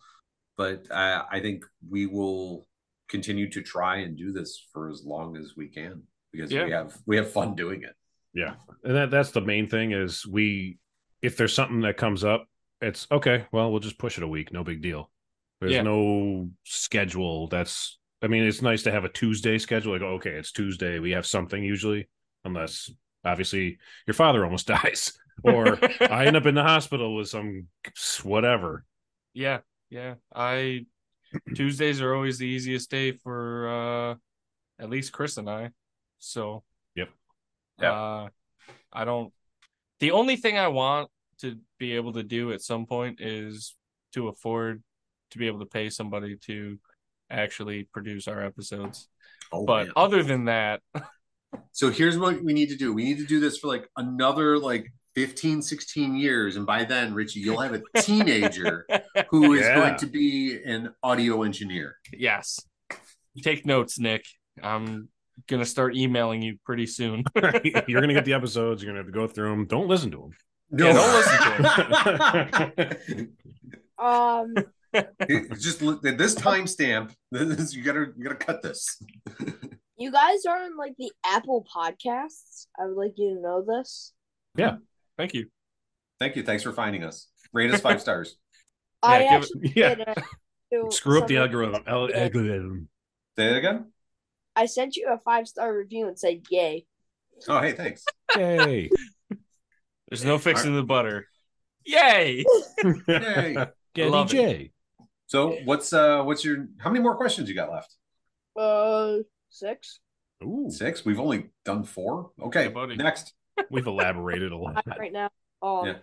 A: But I I think we will continue to try and do this for as long as we can because
C: Yeah.
A: we have we have fun doing it.
B: and that that's the main thing is we if there's something that comes up it's okay well we'll just push it a week no big deal there's
C: Yeah.
B: no schedule that's i mean it's nice to have a tuesday schedule like okay it's tuesday we have something usually unless obviously your father almost dies or i end up in the hospital with some whatever
C: Yeah, yeah. I Tuesdays are always the easiest day for uh at least Chris and I. So
B: Yep.
A: Yeah.
C: Uh I don't the only thing I want to be able to do at some point is to afford to be able to pay somebody to actually produce our episodes.
A: Oh,
C: But
A: man.
C: other than that,
A: So here's what we need to do. We need to do this for like another like 15, 16 years. And by then, Richie, you'll have a teenager who is
B: Yeah.
A: going to be an audio engineer.
C: yes. Take notes, Nick. I'm gonna start emailing you pretty soon.
B: you're gonna get the episodes you're gonna have to go through them don't listen to
A: No,
C: Yeah, don't
A: listen
D: Um
A: Just li- at this timestamp, this is- you gotta you gotta cut this.
D: you guys are on like the Apple podcasts. I would like you to know this.
C: Thank you.
A: Thank you. Thanks for finding us. Rate us five stars.
D: I
C: Yeah, give it-
D: actually
B: them yeah
D: did, uh, do
B: screw up the
D: something-
B: algorithm Al- algorithm
A: Say that again.
D: I sent you a five star review and said yay.
A: Oh, hey, thanks.
B: yay
C: There's no fixing the butter. Yay!
A: Yay.
B: Get
C: Love it.
B: DJ.
A: So what's uh what's your how many more questions you got left?
D: Uh six.
B: Ooh,
A: Six? We've only done four. Okay.
C: Yeah, buddy.
A: next.
B: we've elaborated a lot.
D: right now. Um
A: Yeah.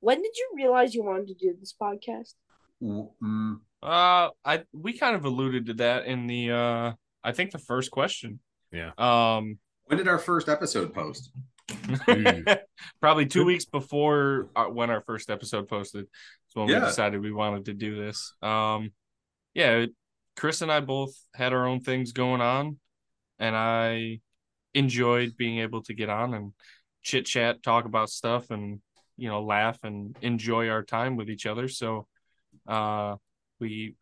D: when did you realize you wanted to do this podcast?
A: Mm,
C: Uh, I we kind of alluded to that in the uh, I think the first question.
B: Yeah.
C: Um,
A: When did our first episode post?
B: Mm.
C: probably two
B: Good.
C: weeks before our, when our first episode posted, is when
A: Yeah.
C: we decided we wanted to do this. Um, yeah, Chris and I both had our own things going on, and I enjoyed being able to get on and chit chat, talk about stuff, and you know, laugh and enjoy our time with each other. So, uh, we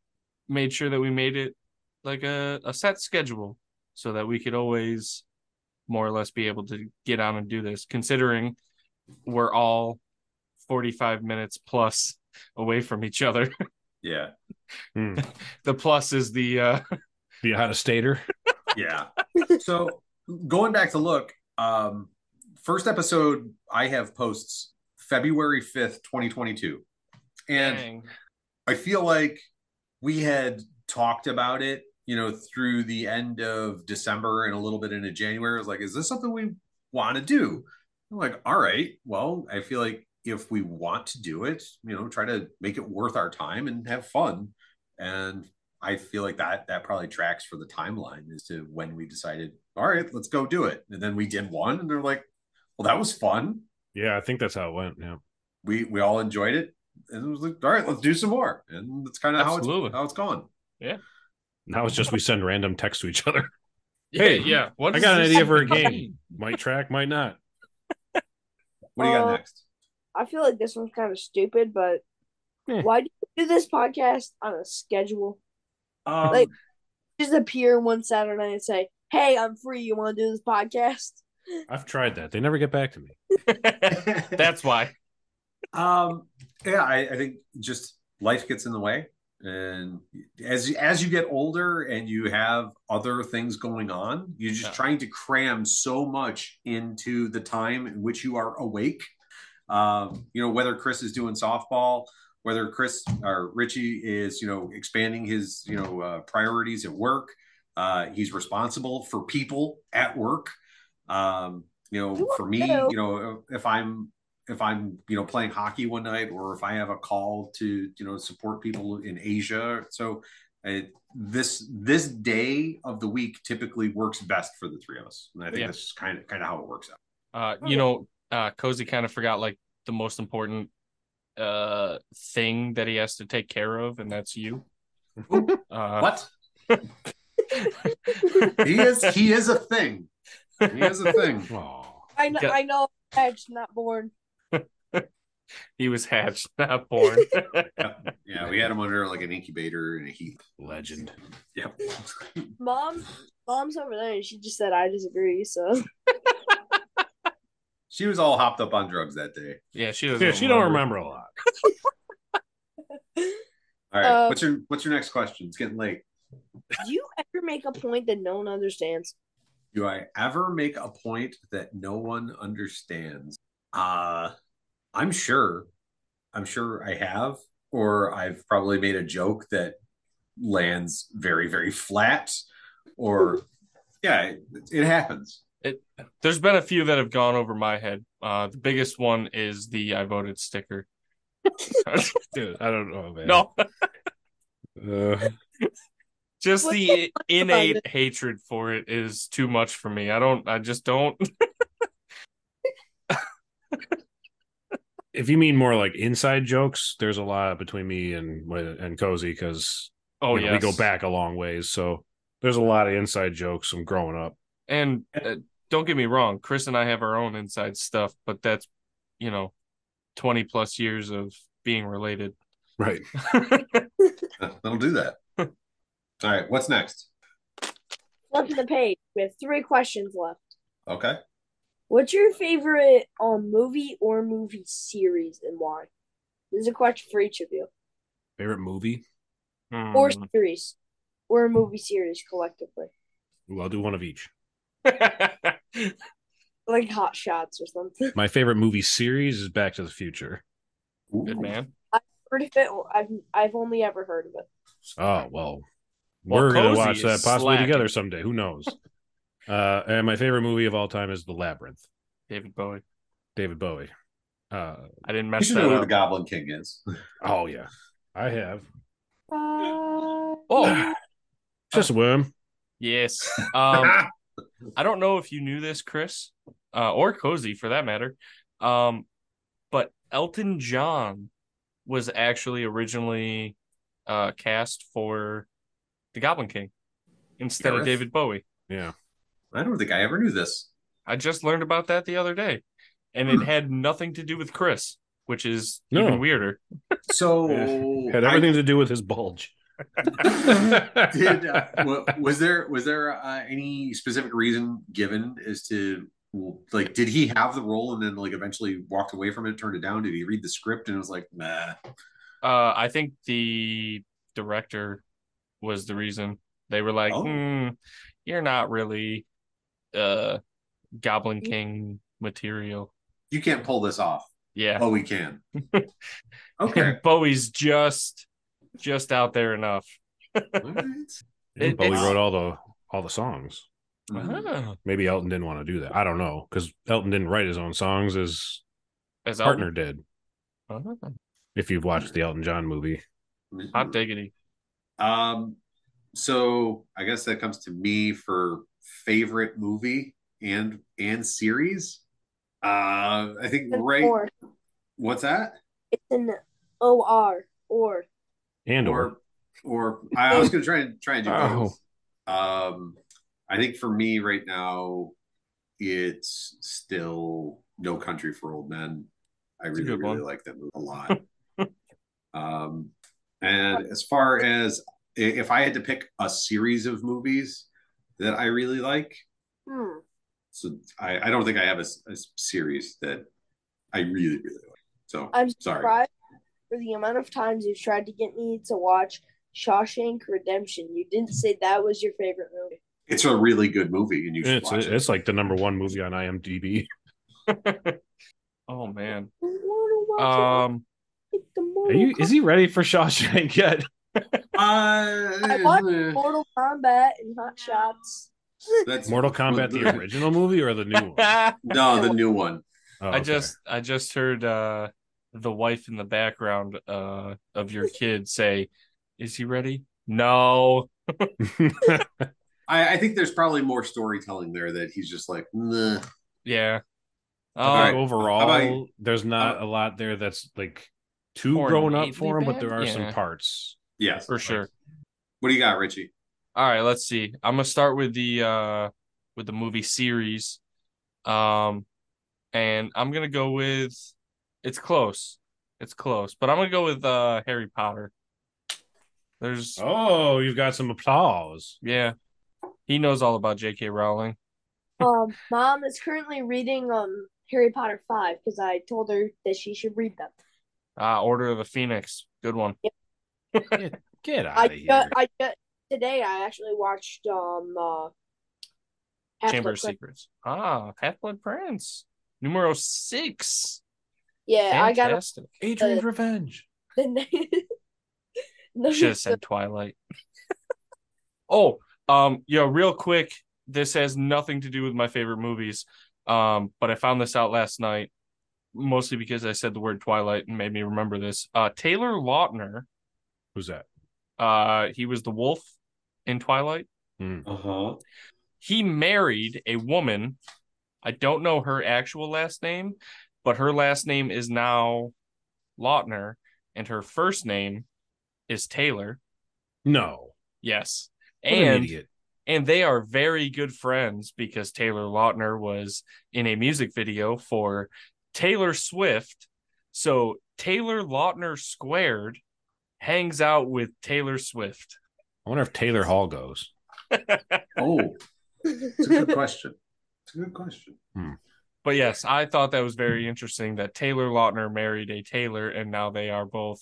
C: made sure that we made it like a, a set schedule so that we could always more or less be able to get on and do this, considering we're all 45 minutes plus away from each other.
A: Yeah.
B: Hmm.
C: The plus is the uh
B: The out of stater.
A: yeah so going back to look um first episode i have posts february 5th 2022 and
C: dang.
A: i feel like we had talked about it you know through the end of december and a little bit into january i was like is this something we want to do i'm like all right well i feel like if we want to do it you know try to make it worth our time and have fun and I feel like that that probably tracks for the timeline as to when we decided, all right, let's go do it. And then we did one and they're like, well, that was fun.
B: Yeah, I think that's how it went. Yeah.
A: We we all enjoyed it. And it was like, all right, let's do some more. And that's kind of how
C: Absolutely.
A: it's how it's going.
B: Now it's just we send random texts to each other.
C: Yeah,
B: Hey,
C: yeah. What
B: I
C: is
B: got an
C: this?
B: idea for a game. Might track, might not.
A: What do you got
D: Uh,
A: next?
D: I feel like this one's kind of stupid, but
B: Hmm.
D: why do you do this podcast on a schedule?
A: Um,
D: like- Just appear one Saturday and say, "Hey, I'm free. You want to do this podcast?"
B: I've tried that. They never get back to me.
C: That's why.
A: um yeah, I, I think just life gets in the way. And as you- as you get older and you have other things going on, you're just
C: Yeah.
A: trying to cram so much into the time in which you are awake. um, you know whether Chris is doing softball, whether Chris or Richie is you know expanding his you know uh, priorities at work. Uh, he's responsible for people at work. Um, you know, for me, you know, if I'm if I'm you know playing hockey one night, or if I have a call to you know support people in Asia, so. It, this this day of the week typically works best for the three of us, and I think
C: Yeah.
A: that's kind of kind of how it works out.
C: Uh you know, uh Cozy kind of forgot like the most important uh thing that he has to take care of, and that's you. Uh
A: What? he is he is a thing. He is a thing.
B: Oh.
D: I know.
C: Yeah.
D: I know. Edge not born.
C: he was hatched, not born.
A: Yeah, we had him under like an incubator and a heat.
B: Legend.
A: Yep.
D: Mom, mom's over there, and she just said, "I disagree." So
A: She was all hopped up on drugs that day.
C: yeah, she doesn't.
B: Yeah, she don't remember a lot.
A: All right.
D: Uh,
A: what's your what's your next question? It's getting late.
D: Do you ever make a point that no one understands?
A: Do I ever make a point that no one understands? Uh I'm sure. I'm sure I have, or I've probably made a joke that lands very, very flat. Or yeah, it, it happens.
C: There's been a few that have gone over my head. Uh, the biggest one is the I voted sticker.
B: Dude, I don't know, man.
C: no,
B: Uh,
C: just
D: What's
C: the
D: about
C: innate hatred for it is too much for me. I don't. I just don't.
B: if you mean more like inside jokes, there's a lot between me and and Cozy because
C: Oh yeah,
B: we go back a long ways. So there's a lot of inside jokes from growing up.
C: And uh, don't get me wrong, Chris and I have our own inside stuff, but that's you know, twenty plus years of being related.
B: Right.
A: That'll do that. All right, what's next?
D: Flipping the page, we have three questions left.
A: Okay.
D: What's your favorite um, movie or movie series and why? This is a question for each of you.
B: Favorite movie?
C: Hmm.
D: Or series. Or a movie series collectively.
B: Ooh, I'll do one of each.
D: Like Hot Shots or something.
B: My favorite movie series is Back to the Future.
C: Good man.
D: Heard of it? I've, I've only ever heard of it.
B: Oh well,
C: Well,
B: we're gonna
C: Cozy
B: watch
C: is
B: that possibly
C: slacking.
B: together someday. Who knows? uh, and my favorite movie of all time is The Labyrinth.
C: David Bowie.
B: David Bowie. Uh,
C: I didn't
A: You
C: mess
A: should
C: that
A: know who the
C: up.
A: Goblin King is.
B: oh yeah, Uh, I have
D: Uh,
C: Oh
B: just a worm.
C: yes. Um, I don't know if you knew this, Chris, uh, or Cozy for that matter, um, but Elton John was actually originally uh, cast for the Goblin King instead of
A: Gareth?
C: David Bowie.
B: Yeah,
A: I don't think I ever knew this.
C: I just learned about that the other day, and
A: Hmm.
C: it had nothing to do with Chris, which is
B: No.
C: even weirder.
A: So
B: had everything to do with his bulge.
A: Did uh, wa- was there was there uh, any specific reason given as to like did he have the role and then like eventually walked away from it, turned it down? Did he read the script and was like, nah?
C: Uh, I think the director was the reason they were like,
A: Oh.
C: "Hmm, "You're not really uh Goblin King material."
A: You can't pull this off.
C: Yeah,
A: Oh, we can. Okay.
C: Bowie's just just out there enough.
A: All right.
B: And
C: It-
B: Bowie
C: it's-
B: wrote all the all the songs.
A: Mhm.
C: Ah.
B: Maybe Elton didn't want to do that. I don't know because Elton didn't write his own songs. His
C: As
B: partner did.
C: Elton. Ah,
B: If you've watched the Elton John movie,
A: Mm-hmm.
C: Hot diggity.
A: Um, so I guess that comes to me for favorite movie and and series. Uh, I think
D: An
A: right.
D: Or.
A: What's that?
D: It's an OR. Or.
B: and or,
A: or I was gonna try and try and do
B: Oh.
A: both. Um, I think for me right now, it's still No Country for Old Men. I
C: It's a
A: really
C: good one.
A: really like that movie a lot. um, and as far as i- if I had to pick a series of movies that I really like,
D: Hmm.
A: so I, I don't think I have a, s- a s- series that I really really like. So
D: I'm
A: sorry.
D: surprised for the amount of times you've tried to get me to watch Shawshank Redemption. You didn't say that was your favorite movie.
A: It's a really good movie, and you should
B: it's
A: watch it.
B: it's like the number one movie on IMDb.
C: Oh man.
D: I wanna watch
C: Um,
D: it like the
B: Are
D: Mortal
B: you, is he ready for Shawshank yet?
A: Uh,
D: I watched Mortal Kombat and Hot Shots.
A: That's
B: Mortal Kombat, the original movie or the new one?
C: I
A: No, the new one.
B: Oh, okay.
C: just I just heard uh the wife in the background uh of your kid say, "Is he ready?" No.
A: I, I think there's probably more storytelling there that he's just like, nah.
C: Yeah. Oh,
B: I think
A: Alright.
B: overall,
A: How about uh, you-
B: there's not
A: how-
B: a lot there that's like too
C: Or
B: grown up
C: innately
B: for him, but there are
C: bad?
B: some
C: Yeah.
B: parts.
A: yes.
C: for sure.
A: What do you got, Richie?
C: All right, let's see. I'm gonna start with the uh with the movie series. Um and I'm gonna go with it's close. It's close, but I'm gonna go with uh Harry Potter. There's
B: Oh, you've got some applause.
C: yeah. He knows all about JK Rowling.
D: Um, mom is currently reading um Harry Potter five because I told her that she should read them.
C: Ah, Order of the Phoenix. Good one.
B: Get
D: I
B: out of
D: ju-
B: here.
D: I ju- today I actually watched um uh Half-Blood
C: Chamber of
D: Prince.
C: Secrets. Ah, Half Blood Prince. Numero six.
D: Yeah, I got
C: Fantastic.
B: Adrian's revenge.
D: the no,
C: Should have said Twilight. oh, um, yeah, real quick. This has nothing to do with my favorite movies. Um, but I found this out last night, mostly because I said the word Twilight and made me remember this. Uh Taylor Lautner,
B: Who's that?
C: uh, he was the wolf in Twilight.
A: Uh huh.
C: He married a woman. I don't know her actual last name, but her last name is now Lautner, and her first name is Taylor.
B: No.
C: Yes.
B: What an
C: and
B: idiot.
C: and they are very good friends because Taylor Lautner was in a music video for Taylor Swift. So Taylor Lautner squared hangs out with Taylor Swift.
B: I wonder if Taylor Hall goes.
A: Oh, it's a good question. It's a good question.
C: But yes, I thought that was very interesting that Taylor Lautner married a Taylor and now they are both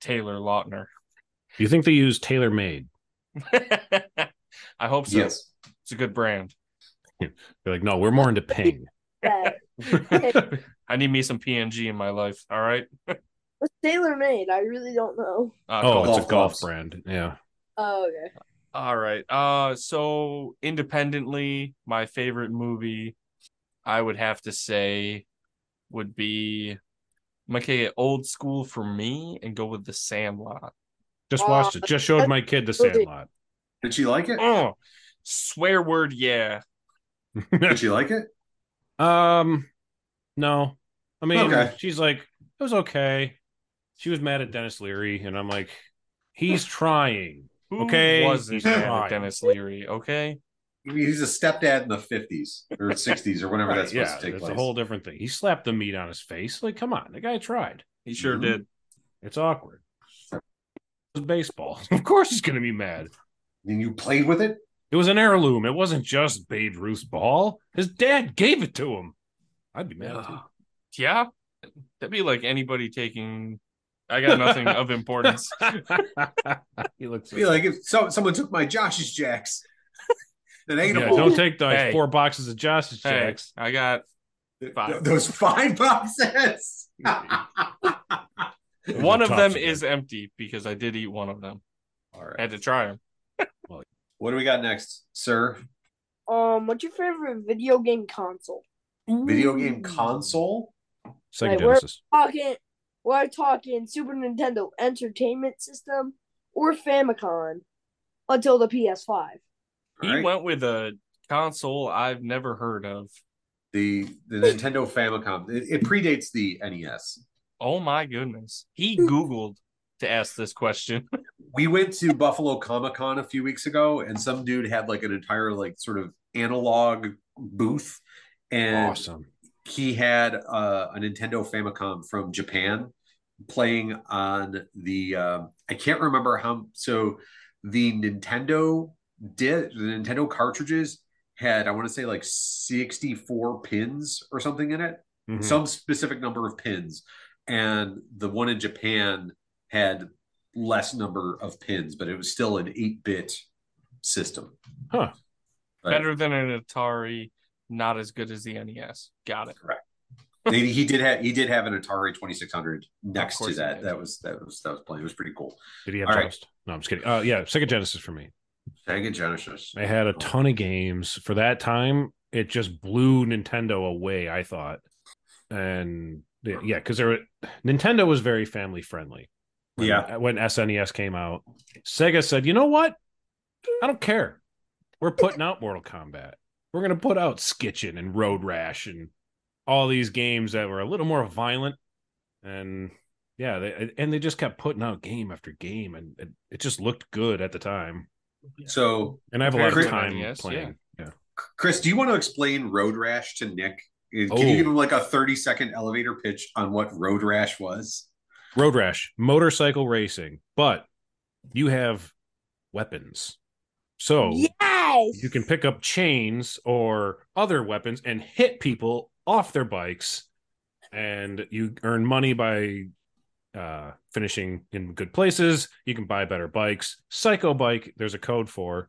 C: Taylor Lautner.
B: Do you think they use Taylor Made?
C: I hope so.
A: Yes.
C: It's a good brand.
B: They're like, no, we're more into Ping.
D: that.
C: I need me some PNG in my life. All right.
D: What's Taylor made? I really don't know.
C: Uh,
B: oh,
C: Coca-Cola.
B: it's a
A: golf
B: golf
A: clubs.
B: brand. Yeah.
D: Oh, okay.
C: All right. Uh so independently, my favorite movie I would have to say would be I'm gonna get old school for me and go with the Sandlot.
B: Just
D: Uh,
B: watched it. Just showed my kid the
D: really-
B: Sandlot.
A: Did she like it?
C: Oh swear word yeah.
A: Did she like it?
B: Um, no. I mean,
A: Okay.
B: she's like, it was okay. She was mad at Dennis Leary, and I'm like, he's trying.
C: Who
B: Okay,
C: wasn't
B: he's
C: mad at
B: trying.
C: Dennis Leary, okay?
A: I mean, he's a stepdad in the 50s or 60s or whenever that's supposed
B: yeah,
A: to take
B: it's
A: place.
B: a whole different thing. He slapped the
C: Mm-hmm.
B: meat on his face. Like, come on, the guy tried.
C: He sure
A: Mhm.
C: did.
B: It's awkward. was baseball. Of course he's going to be mad.
A: And you played with it?
B: It was an heirloom. It wasn't just Babe Ruth's ball. His dad gave it to him. I'd be mad. too.
C: Yeah, that'd be like anybody taking. I got nothing of importance.
B: he looks
A: It'd be like if so, someone took my Josh's Jacks and ate
B: yeah,
A: them all.
B: don't take like
C: Hey.
B: four boxes of Josh's
C: Hey,
B: checks.
C: I got
A: Th-
C: five.
A: Those five boxes.
B: Those
C: one
B: are
C: of
B: tough,
C: them
B: man.
C: is empty because I did eat one of them.
A: all right.
C: I had to try them.
A: What do we got next, sir?
D: Um, what's your favorite video game console?
A: Video game console?
B: Sega
D: Like, where-
B: Genesis.
D: Talking, we're talking Super Nintendo Entertainment System or Famicom until the PS5.
A: All
C: he
A: right.
C: went with a console I've never heard of.
A: The the Nintendo Famicom. It, it predates the E NES.
C: Oh my goodness. He Googled to ask this question.
A: We went to Buffalo Comic Con a few weeks ago, and some dude had like an entire like sort of analog booth, and
B: Awesome.
A: he had uh, a Nintendo Famicom from Japan playing on the uh, I can't remember how so the Nintendo did the Nintendo cartridges had I want to say like 64 pins or something in it
B: Mhm.
A: some specific number of pins and the one in Japan had less number of pins but it was still an 8-bit system
B: Huh.
A: But-
C: Better than an Atari, not as good as the NES. Got it.
A: he, he did have he did have an Atari 2600 next to
C: course he
A: that.
C: did.
A: That was that was that was playing. It was pretty cool.
B: Did he have
A: All right.
B: Joust? No, I'm just kidding. Uh, yeah, Sega Genesis for me.
A: Sega Genesis.
B: I had a ton of games for that time. It just blew Nintendo away. I thought, and yeah, because there were, Nintendo was very family friendly. When- uh,
A: Yeah.
B: when SNES came out, Sega said, "You know what? I don't care. We're putting out Mortal Kombat. We're gonna put out Skitchin and Road Rash and all these games that were a little more violent." And yeah, they, and they just kept putting out game after game, and it, it just looked good at the time.
A: So,
B: And I have a lot of
A: Compared
C: to
B: time
C: NES,
B: playing.
A: Chris, do you want to explain Road Rash to Nick? Uh, Can
B: Oh.
A: you give him like a 30 second elevator pitch on what Road Rash was?
B: Road Rash, motorcycle racing, but you have
A: Oh.
B: weapons. So
D: Yes.
B: you can pick up chains or other weapons and hit people off their bikes and you earn money by uh finishing in good places you can buy better bikes psycho bike there's a code for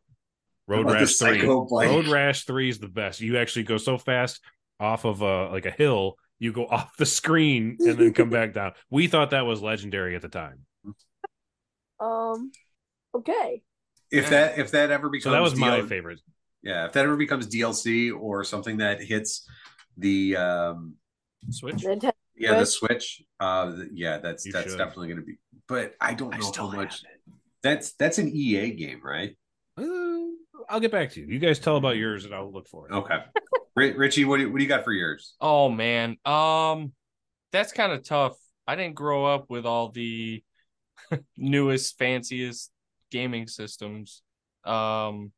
B: road
A: About the
B: rash 3
A: psycho bike.
B: road rash 3 is the best you actually go so fast off of a like a hill you go off the screen and then come back down we thought that was legendary at the time
D: Um. Okay.
A: If that if that ever becomes
B: so that was my
A: DL
B: favorite
A: Yeah, if that ever becomes DLC or something that hits the um
C: Switch.
D: Nintendo.
A: yeah, the Switch, uh th- yeah, that's
B: You
A: that's
B: should.
A: definitely going to be but I don't
B: I
A: know
B: still
A: how
B: have
A: much that's that's an EA game, right?
B: Uh, i'll get back to you you guys tell about yours and i'll look for it
A: Okay. Ri- Richie, what do, what do you got for yours?
C: Oh man. Um that's kind of tough. I didn't grow up with all the newest, fanciest gaming systems. Um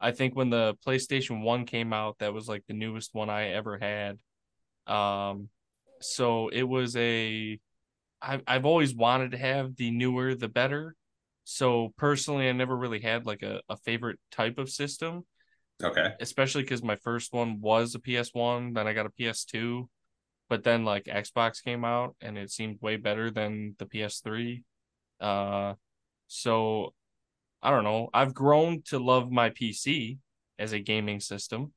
C: I think when the PlayStation 1 came out, that was like the newest one I ever had. Um so it was a I've I've always wanted to have the newer the better. So personally I never really had like a, a favorite type of system
A: Okay.
C: especially because my first one was a PS1, then I got a PS2, but then like Xbox came out and it seemed way better than the PS3. Uh, so I don't know. I've grown to love my PC as a gaming system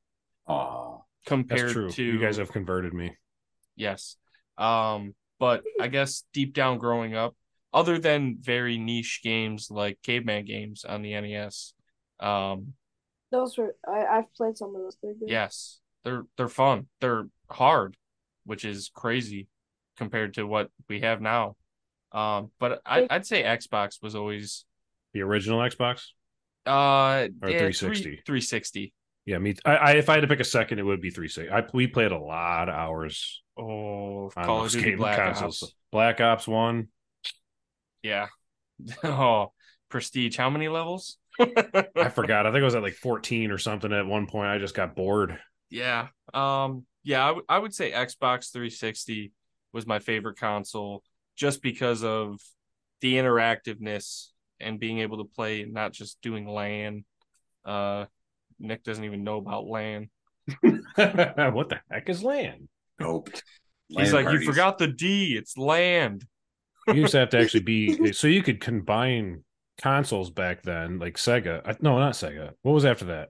A: Oh.
C: compared
B: That's true.
C: to
B: you guys have converted me.
C: yes. Um, but I guess deep down growing up, other than very niche games like caveman games on the NES, um,
D: Those were I. I've played some of those. They're good.
C: Yes, they're they're fun. They're hard, which is crazy compared to what we have now. Um, but I, I'd say Xbox was always
B: The original Xbox.
C: uh
B: Or
C: yeah,
B: 360.
C: Three sixty.
B: Yeah, me. I, I if I had to pick a second, it would be three six. I we played a lot of hours
C: Oh,
B: on
C: Call of
B: those
C: Duty
B: game
C: Black
B: consoles.
C: Ops.
B: Black Ops One.
C: Yeah. Oh, Prestige. How many levels?
B: I forgot. I think I was at like fourteen or something at one point. I just got bored.
C: Yeah. Um yeah, I, w- I would say Xbox 360 was my favorite console just because of the interactiveness and being able to play, and not just doing LAN. Uh, Nick doesn't even know about LAN.
B: what the heck is land?
A: Nope.
C: He's
A: Land
C: like,
A: parties.
C: you forgot the D. It's land.
B: You used to have to actually be so you could combine consoles back then, like Sega. I, no, not Sega. What was after that?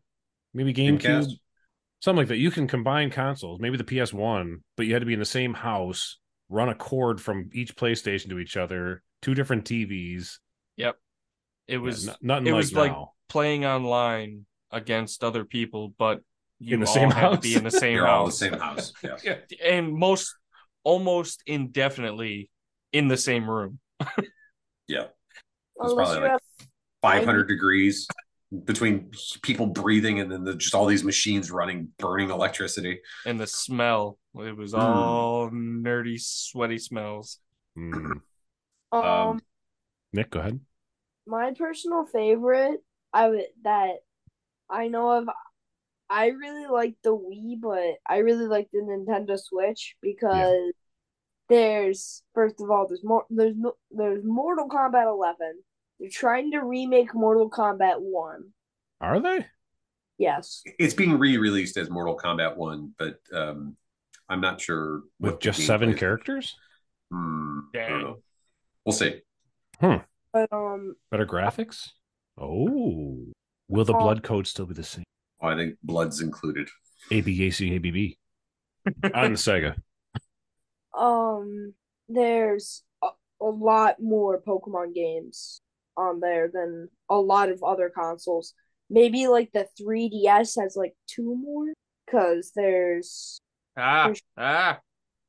B: Maybe GameCube,
A: Dreamcast.
B: something like that. You can combine consoles, maybe the PS1, but you had to be in the same house, run a cord from each PlayStation to each other, two different TVs.
C: It
B: Yeah,
C: was
B: no- nothing
C: it
B: like
C: was like
B: now.
C: playing online against other people, but you
B: In the
C: all
B: same
C: had to
B: house.
C: be in the same
A: You're all in the
C: house
A: same house. Yeah.
C: and most almost indefinitely in the same room.
A: It's
D: Unless
A: probably
D: you're
A: like
D: a
A: 500 degrees between people breathing and then the, just all these machines running, burning electricity.
C: And the smell, it was
A: Mm.
C: all nerdy, sweaty smells.
B: Mm.
D: um,
A: Um,
B: Nick, go ahead.
D: my personal favorite I would that I know of I really like the Wii, but I really like the Nintendo Switch because there's first of all there's more there's mo- there's Mortal Kombat 11. They're trying to remake Mortal Kombat 1.
B: Are they?
D: Yes.
A: It's being re released as Mortal Kombat 1, but um, I'm not sure. what
B: With
A: the
B: just
A: gameplay
B: seven
A: is.
B: characters?
A: Hmm, I don't
C: Dang.
A: know. We'll see.
D: But um
B: Better graphics? Oh. Will the
D: Oh.
B: blood code still be the same?
A: Oh, I think Blood's included.
B: ABACABB. On the Sega.
D: um there's a, a lot more Pokemon games on there than a lot of other consoles. Maybe like the 3DS has like two more cuz there's
C: Ah,
D: For
C: ah,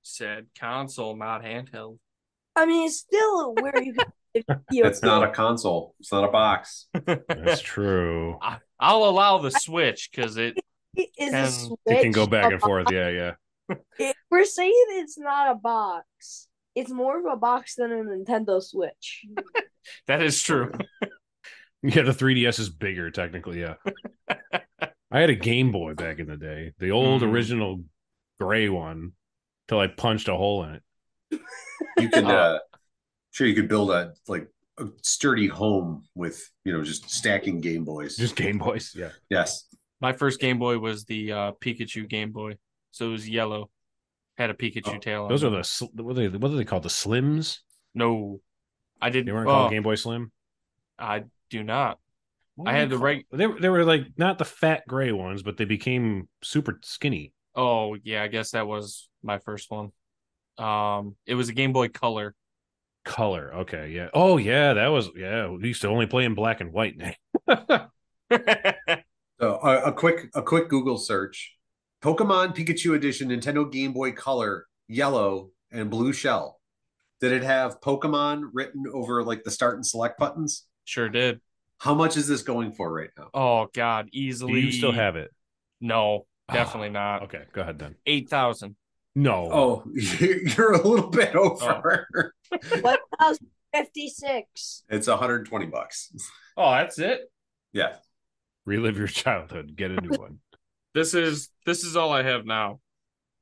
C: said console, not handheld.
D: I mean it's still where you can
A: It's not a console, it's not a box.
B: That's true.
C: I, I'll allow the Switch because it
D: It is a
C: Can-
D: Switch.
B: It can go back
D: a
B: and forth. Yeah, yeah.
D: It- we're saying it's not a box. It's more of a box than a Nintendo Switch.
C: that is true.
B: Yeah, the 3DS is bigger technically. Yeah. I had a Game Boy back in the day, the old
C: Mhm.
B: original gray one, till I punched a hole in it.
A: you could
C: Uh,
A: uh sure you could build a like a sturdy home with you know just stacking game boys
B: Just Game Boys. Yeah.
A: yes
C: My first Game Boy was the uh, Pikachu Game Boy, so it was yellow, had a Pikachu
A: Oh,
C: tail. on
B: Those
C: it.
B: are the sl- what are they, what are they called? The Slims.
C: no, I didn't.
B: They weren't
C: oh,
B: called Game Boy Slim.
C: I do not.
B: What
C: I
B: were
C: had
B: they
C: the
B: called?
C: right.
B: They were- they were like not the fat gray ones, but they became super skinny.
C: Oh yeah, I guess that was my first one. Um, it was a Game Boy Color.
B: Color. Okay. Yeah. Oh yeah, that was yeah. We used to only play in black and white.
A: so a, a quick a quick google search pokemon pikachu edition nintendo game boy color yellow and blue shell did it have pokemon written over like the start and select buttons
C: sure did.
A: how much is this going for right now
C: Oh God,
B: Do
C: easily.
B: you still have it?
C: No, definitely not.
B: Okay. Go ahead then.
C: Eight thousand.
B: No.
A: oh you're a little bit
C: Oh.
A: over
D: What else? 56.
A: it's 120 bucks
C: Oh, that's it.
A: yeah
B: Relive your childhood. Get a new one.
C: This is this is all I have now.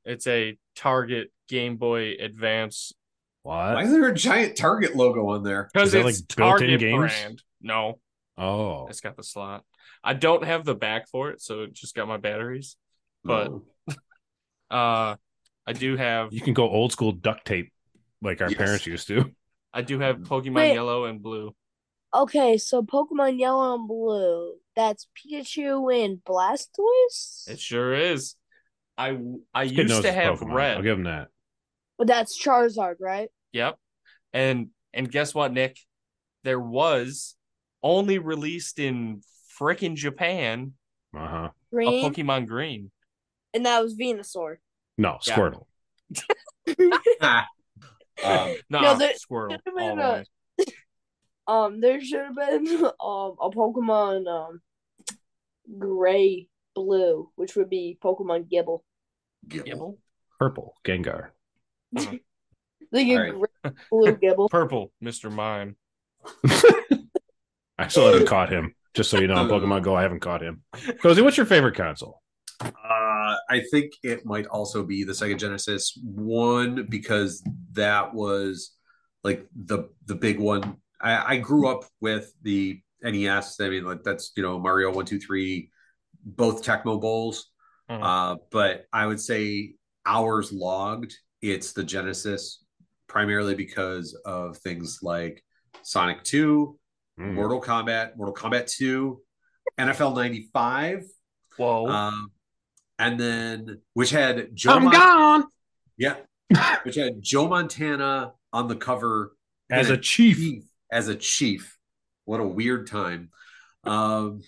C: It's a Target Game Boy Advance
B: What?
A: why is there a giant target logo on there
B: Is
C: because
B: that,
C: it's
B: like, built-in
C: Target
B: games?
C: brand. No,
B: Oh,
C: it's got the slot. I don't have the back for it, so it just got my batteries. But-
A: Oh.
C: Uh, I do have
B: you can go old school duct tape like our
A: Yes.
B: parents used to.
C: I do have Pokemon
D: Wait.
C: Yellow and Blue.
D: Okay, so Pokemon Yellow and Blue. That's Pikachu and Blastoise?
C: It sure is. I I
B: Kid
C: used
B: knows
C: to
B: his
C: have
B: Pokemon.
C: red.
B: I'll give him that.
D: Well, that's Charizard, right?
C: Yep. And and guess what, Nick? There was only released in frickin' Japan
B: Uh huh.
C: a
D: Green.
C: Pokemon Green.
D: and that was Venusaur.
B: No,
C: Yeah.
B: Squirtle.
A: Ah. um,
C: Nah,
D: No, there-
C: squirrel.
D: there
C: All the
D: was
C: way.
D: Um, there should have been um a Pokemon um gray blue, which would be Pokemon Gibble.
A: Gibble.
C: Gibble?
B: Purple Gengar.
D: like
A: All
D: a
A: right.
D: gray blue Gibble.
C: Purple, Mr. Mime.
B: I still haven't caught him. Just so you know, on Pokemon Go, I haven't caught him. Cozy, what's your favorite console?
A: Uh, I think it might also be the Sega Genesis one because that was like the the big one I, I grew up with the NES. I mean, like that's you know Mario one two three, both Tecmo Bowls.
C: Mhm.
A: Uh, but I would say hours logged. It's the Genesis, primarily because of things like Sonic two,
B: Mm.
A: Mortal Kombat, Mortal Kombat two, NFL ninety five,
C: Whoa.
A: um, and then which had Joe.
B: I'm
A: Mon-
B: gone
A: Yeah, which had Joe Montana on the cover
B: as a chief.
A: chief as a chief. What a weird time. Um,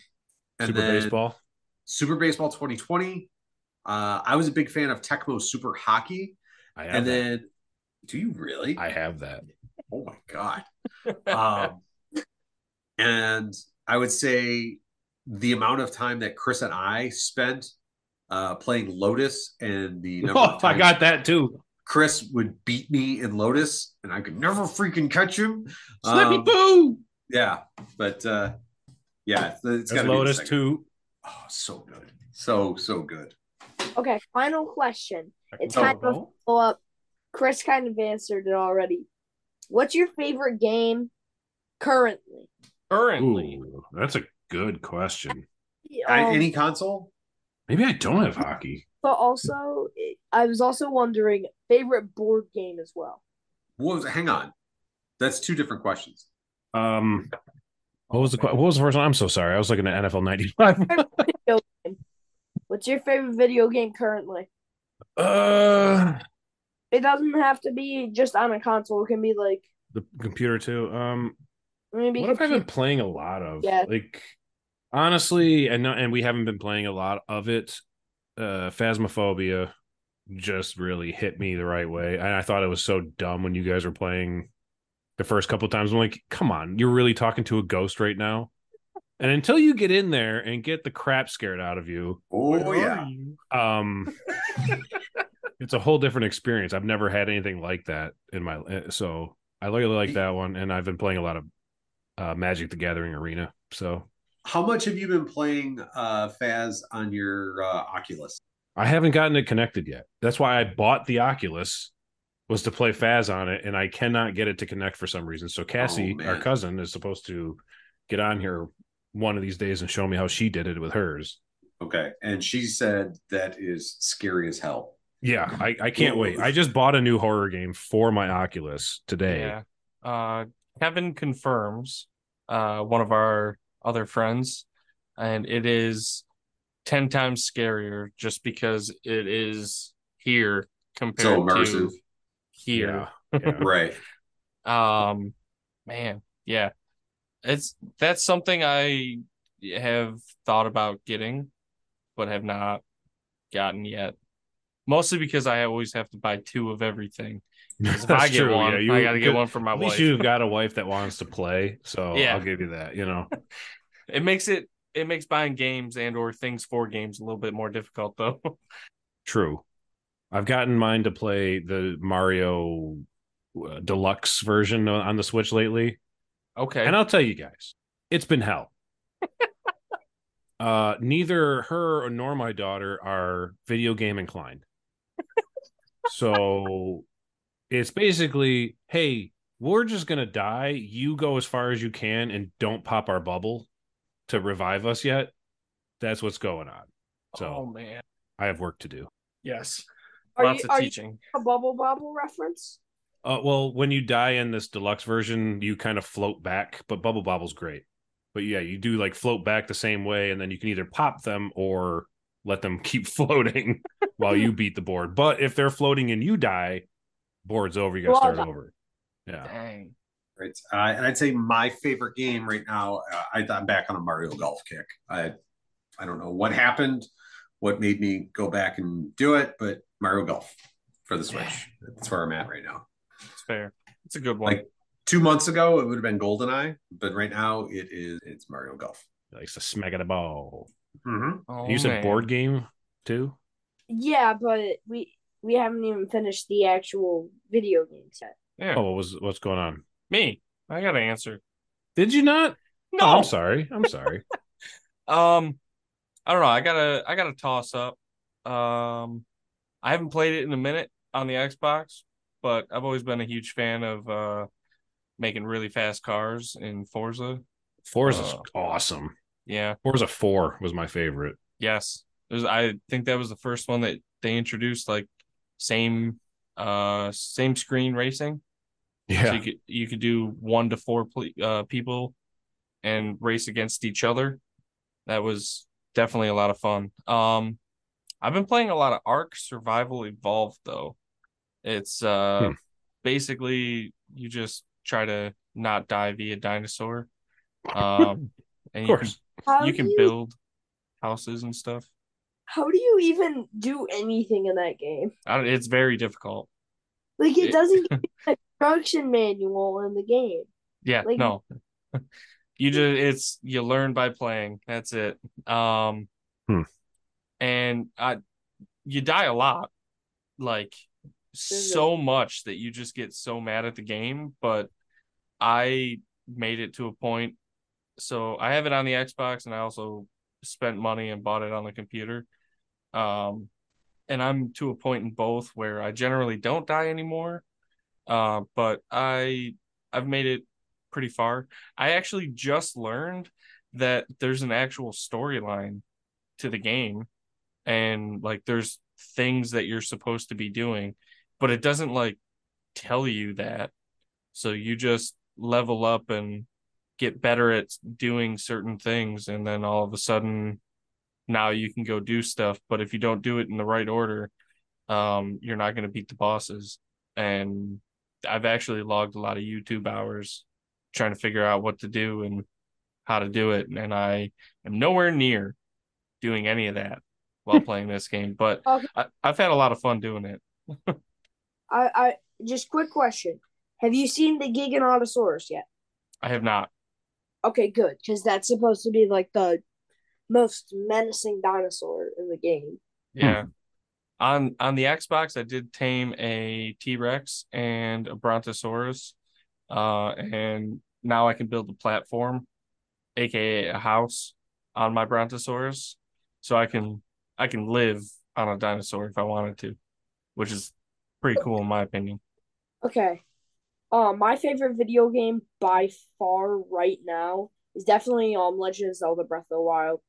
A: and
B: Super
A: then
B: baseball.
A: Super Baseball 2020. Uh, I was a big fan of Tecmo Super Hockey.
B: I have
A: And
B: that.
A: then, do you really?
B: I have that.
A: oh my God. Um, and I would say the amount of time that Chris and I spent uh, playing Lotus and the number
B: Oh,
A: of
B: I
A: times
B: got that too.
A: Chris would beat me in Lotus and I could never freaking catch him.
B: Slippy
A: Um,
B: Boo.
A: yeah, but uh yeah, it's, it's
B: As
A: got
B: Lotus too.
A: Oh, so good, so so good.
D: Okay, final question. It's
A: Oh,
D: kind of a follow up. Chris kind of answered it already. What's your favorite game currently?
C: Currently,
B: Ooh, that's a good question.
A: I,
B: Oh.
D: Um,
A: any console?
B: Maybe I don't have hockey.
D: but also, I was also wondering favorite board game as well.
A: What was? Hang on, that's two different questions.
B: Um, what was the que- what was the first one? I'm so sorry. I was looking at NFL '95.
D: What's your favorite video game currently?
B: uh,
D: It doesn't have to be just on a console. It can be like
B: the computer too. Um,
D: maybe.
B: what have I been playing a lot of?
D: Yeah.
B: Like honestly, and not, and we haven't been playing a lot of it. Uh, Phasmophobia just really hit me the right way, and I thought it was so dumb when you guys were playing the first couple times. I'm like, come on, you're really talking to a ghost right now. And until you get in there and get the crap scared out of you,
A: Oh
C: Where
A: yeah,
C: are you?
B: um, it's a whole different experience. I've never had anything like that in my uh, so I really like that one, and I've been playing a lot of uh, Magic: The Gathering Arena. So
A: how much have you been playing uh Faz on your uh, Oculus?
B: I haven't gotten it connected yet. That's why I bought the Oculus was to play Faz on it, and I cannot get it to connect for some reason. So Cassie,
A: man.
B: our cousin, is supposed to get on here one of these days and show me how she did it with hers.
A: Okay, and she said that is scary as hell.
B: Yeah, I, I can't wait. I just bought a new horror game for my Oculus today.
C: Yeah. Uh, Kevin confirms, uh, one of our other friends, and it is 10 times scarier just because it is here compared
A: So immersive,
C: to here.
B: Yeah, yeah.
A: right?
C: Um, man, yeah, it's that's something I have thought about getting, but have not gotten yet. Mostly because I always have to buy two of everything. 'Cause If I
B: That's
C: get
B: true,
C: one,
B: yeah, you-
C: I got to get
B: good-
C: one for my
B: At least
C: wife.
B: you've got a wife that wants to play, so
C: Yeah.
B: I'll give you that. You know,
C: It makes it it makes buying games and or things for games a little bit more difficult though.
B: true. I've gotten mine to play the Mario uh, Deluxe version on on the Switch lately,
C: okay.
B: and I'll tell you guys, it's been hell. uh, neither her nor my daughter are video game inclined, so it's basically, hey, we're just gonna die. You go as far as you can, and don't pop our bubble to revive us yet. That's what's going on. So.
C: Oh man.
B: I have work to do.
C: Yes.
D: Are
C: Lots of
D: you- are you-
C: teaching.
D: a bubble bobble reference.
B: Uh, well, when you die in this deluxe version, you kind of float back, but Bubble Bobble's great. But yeah, you do like float back the same way, and then you can either pop them or let them keep floating while you beat the board. But if they're floating and you die, board's over. You got to
D: Well,
B: start over. Yeah.
C: Dang.
A: Right. Uh, and I'd say my favorite game right now, uh, I, I'm back on a Mario Golf kick. I, I don't know what happened, what made me go back and do it, but Mario Golf for the Switch. That's where I'm at right now.
C: It's fair. It's a good one.
A: Like- Two months ago, it would have been GoldenEye, but right now it is it's Mario Golf.
B: Likes to smack at a ball.
A: Mm-hmm.
C: oh,
B: you said
C: man.
B: board game too?
D: Yeah, but we we haven't even finished the actual video game set.
C: Yeah.
B: Oh, what was what's going on?
C: Me. I got to answer.
B: Did you not?
C: No.
B: Oh, I'm sorry. I'm sorry.
C: Um, I don't know. I gotta I gotta toss up. Um, I haven't played it in a minute on the Xbox, but I've always been a huge fan of uh making really fast cars in Forza.
B: Forza's
C: Uh,
B: awesome.
C: Yeah.
B: Forza Four was my favorite.
C: Yes. There's I think that was the first one that they introduced like same uh same screen racing. So
B: Yeah,
C: you could you could do one to four ple- uh, people and race against each other. That was definitely a lot of fun. Um, I've been playing a lot of Ark Survival Evolved though. It's uh
B: Hmm.
C: basically you just try to not die via dinosaur. Um, and you can,
B: course.
D: How
C: you
D: do
C: can build houses and stuff.
D: How do you even do anything in that game?
C: I don't, it's very difficult.
D: Like it
C: It-
D: doesn't give you an instruction manual in the game.
C: Yeah,
D: Like-
C: no. you just it's you learn by playing. That's it. Um
B: Hmm.
C: and I you die a lot. Like so much that you just get so mad at the game, but I made it to a point so I have it on the Xbox and I also spent money and bought it on the computer. Um and I'm to a point in both where I generally don't die anymore. Uh, but I I've made it pretty far. I actually just learned that there's an actual storyline to the game and like there's things that you're supposed to be doing, but it doesn't like tell you that. So you just level up and get better at doing certain things and then all of a sudden now you can go do stuff, but if you don't do it in the right order, um you're not going to beat the bosses and I've actually logged a lot of YouTube hours trying to figure out what to do and how to do it. And I am nowhere near doing any of that while playing this game, but
D: Okay.
C: I, I've had a lot of fun doing it.
D: I, I just quick question: Have you seen the Giganotosaurus yet?
C: I have not.
D: Okay, good, because that's supposed to be like the most menacing dinosaur in the game.
C: Yeah. On on the Xbox, I did tame a T Rex and a Brontosaurus, uh, and now I can build a platform, aka a house, on my Brontosaurus, so I can I can live on a dinosaur if I wanted to, which is pretty cool in my opinion.
D: Okay, um, my favorite video game by far right now is definitely um Legend of Zelda: Breath of the Wild.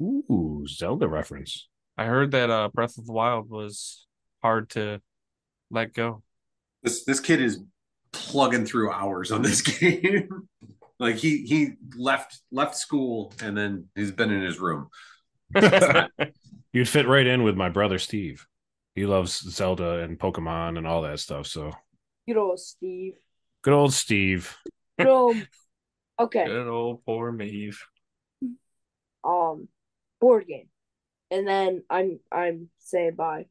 B: ooh, Zelda reference.
C: I heard that uh, Breath of the Wild was hard to let go.
A: This this kid is plugging through hours on this game. like he he left left school and then he's been in his room.
B: You'd fit right in with my brother Steve. He loves Zelda and Pokemon and all that stuff. So
D: Good old Steve.
B: good old Steve.
D: Good old. Okay.
C: Good old poor Maeve.
D: um board game and then i'm i'm saying bye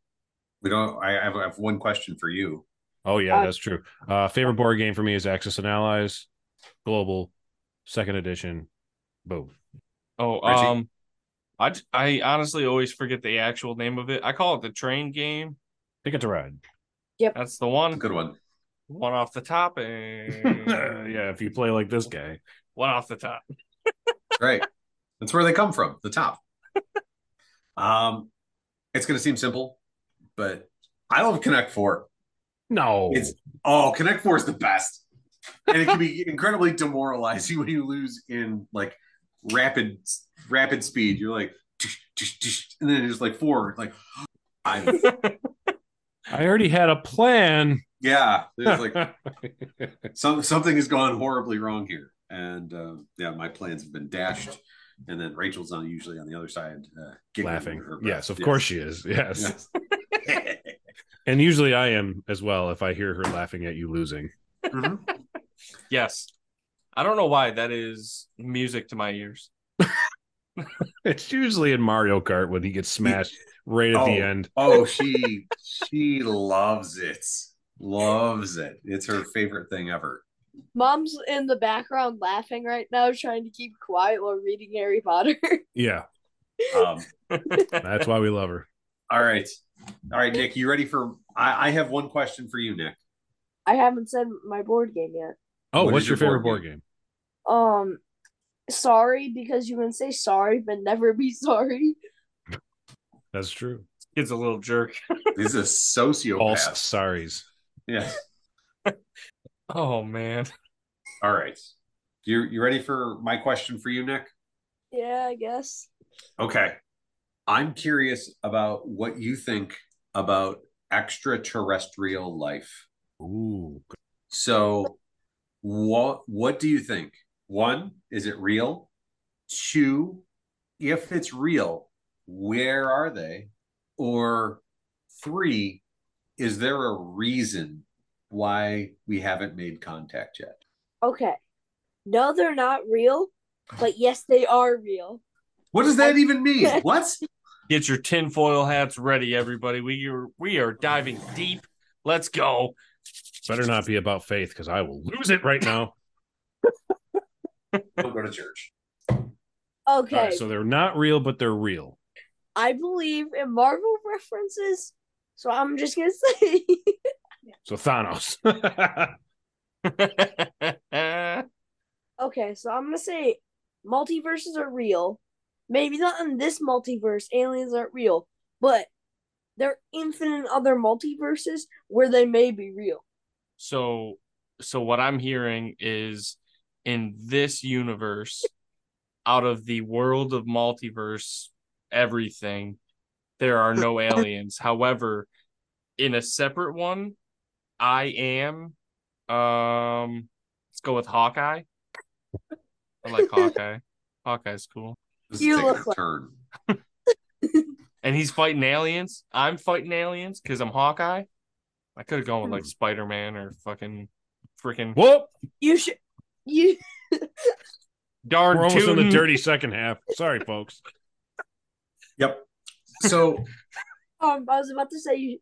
A: We don't. I I have, I have one question for you.
B: Oh yeah,
D: Uh,
B: that's true. Uh, favorite board game for me is Axis and Allies, Global, Second Edition. Boom.
C: Oh,
A: Reggie?
C: um, I j- I honestly always forget the actual name of it. I call it the train game.
B: Ticket to ride.
C: That's the one,
A: Good one.
C: one off the top, and
B: yeah, if you play like this guy,
C: one off the top.
A: Right. That's where they come from, the top. Um, it's going to seem simple, but I love Connect Four.
B: no,
A: It's oh, Connect Four is the best, and it can be incredibly demoralizing when you lose in like rapid rapid speed. You're like, "Tsh, tsh, tsh," and then it's like four. Like, I
B: I already had a plan.
A: yeah. There's like some something has gone horribly wrong here, and uh, yeah, my plans have been dashed. And then Rachel's on usually on the other side uh, giggling
B: laughing.
A: under her breath.
B: Yes, of course she is. Yes.
A: Yes.
B: and usually I am as well if I hear her laughing at you losing.
A: Mhm.
C: Yes, I don't know why that is music to my ears.
B: It's usually in Mario Kart when he gets smashed right at the
A: Oh.
B: end.
A: Oh, she she loves it. Loves it. It's her favorite thing ever.
D: mom's in the background laughing right now trying to keep quiet while reading harry potter
B: Yeah,
A: Um,
B: that's why we love her.
A: all right. All right, Nick, you ready for I, I have one question for you, Nick.
D: i haven't said my board game yet
B: Oh,
A: What
B: what's
A: is
B: your,
A: your
B: favorite
A: board
B: board game?
D: um sorry because you can say sorry but never be sorry
B: That's true.
C: Kid's a little jerk.
A: He's a sociopath.
B: All sorries.
A: Yes.
C: Oh man,
A: All right. You you ready for my question for you, Nick?
D: Yeah, I guess.
A: Okay. I'm curious about what you think about extraterrestrial life.
B: Ooh.
A: So what what do you think? One, is it real? Two, if it's real, where are they? Or three, is there a reason why we haven't made contact yet?
D: Okay. No, they're not real, but yes, they are real.
A: What does that even mean? What?
C: Get your tinfoil hats ready, everybody. We are we are diving deep. Let's go.
B: Better not be about faith because I will lose it right now.
A: Don't go to church.
D: Okay.
B: All right, so they're not real, but they're real.
D: I believe in Marvel references, so I'm just gonna say
B: So Thanos.
D: Okay, so I'm gonna say multiverses are real. Maybe not in this multiverse, aliens aren't real, but there are infinite other multiverses where they may be real.
C: so so what I'm hearing is in this universe, out of the world of multiverse, everything, there are no aliens. However, in a separate one, I am um let's go with Hawkeye. I like Hawkeye. Hawkeye's cool.
A: This
D: You
A: is taking
D: look
A: a
D: like-
A: turn.
C: and he's fighting aliens. I'm fighting aliens because I'm Hawkeye. I could have gone with like
B: Hmm.
C: Spider Man or fucking freaking
B: Whoop!
D: You should you
C: darn
B: We're almost in the
C: tootin'.
B: dirty second half. Sorry, folks.
A: Yep. So
D: um I was about to say you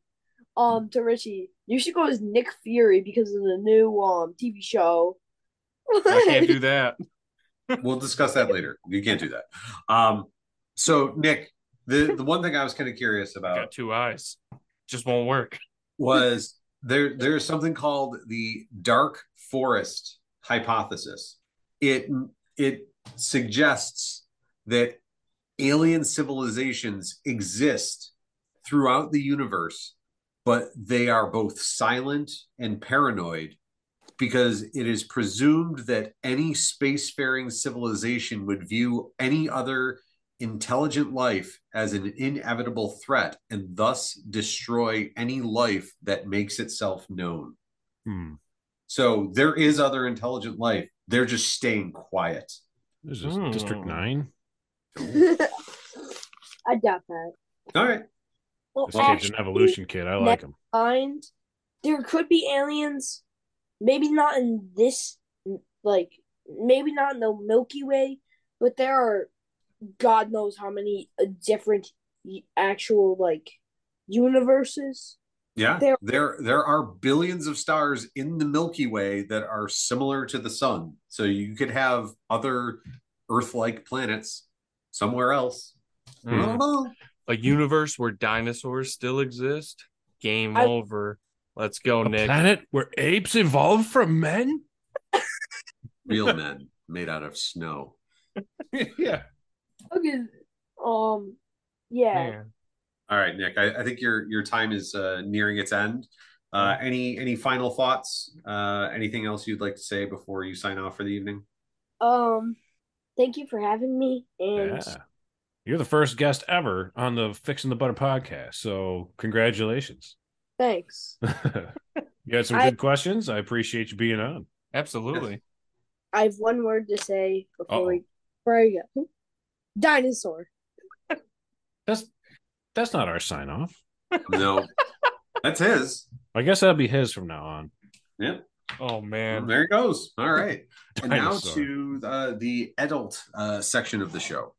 D: um to Richie, you should go as Nick Fury because of the new um TV show.
C: I can't do that.
A: we'll discuss that later. You can't do that. Um, so Nick, the the one thing I was kind of curious
C: I
A: about
C: got two eyes. Just won't work.
A: was there there is something called the dark forest hypothesis. It it suggests that alien civilizations exist throughout the universe, but they are both silent and paranoid because it is presumed that any spacefaring civilization would view any other intelligent life as an inevitable threat and thus destroy any life that makes itself known.
B: Hmm.
A: So there is other intelligent life. They're just staying quiet.
B: This is
C: Hmm.
B: District Nine.
D: I doubt that.
A: All right.
D: Well,
B: This kid's
D: actually,
B: an evolution kid. I like him.
D: mind, there could be aliens. Maybe not in this, like, maybe not in the Milky Way, but there are God knows how many uh, different y- actual, like, universes.
A: Yeah.
D: There-
A: There there are billions of stars in the Milky Way that are similar to the sun. So you could have other Earth-like planets somewhere else. We
C: Mm.
B: Hmm.
A: don't know.
C: A universe where dinosaurs still exist. Game
D: I-
C: over. Let's go,
B: A
C: Nick.
B: planet where apes evolved from men.
A: Real men made out of snow.
B: yeah.
D: Okay. Um, yeah.
C: Man.
A: All right, Nick. I, I think your your time is uh, nearing its end. Uh, any any final thoughts? Uh, anything else you'd like to say before you sign off for the evening?
D: Um, thank you for having me. And
B: Yeah. You're the first guest ever on the Fixing the Butter podcast. So congratulations.
D: thanks.
B: you had some
D: I-
B: good questions. I appreciate you being on.
C: Absolutely.
D: I have one word to say before
B: Uh-oh.
D: we, before I go. Dinosaur.
B: That's that's not our sign off.
A: No, that's his.
B: I guess that'll be his from now on.
C: Oh man.
A: There he goes. All right. And now
B: Dinosaur.
A: to uh, the adult uh, section of the show.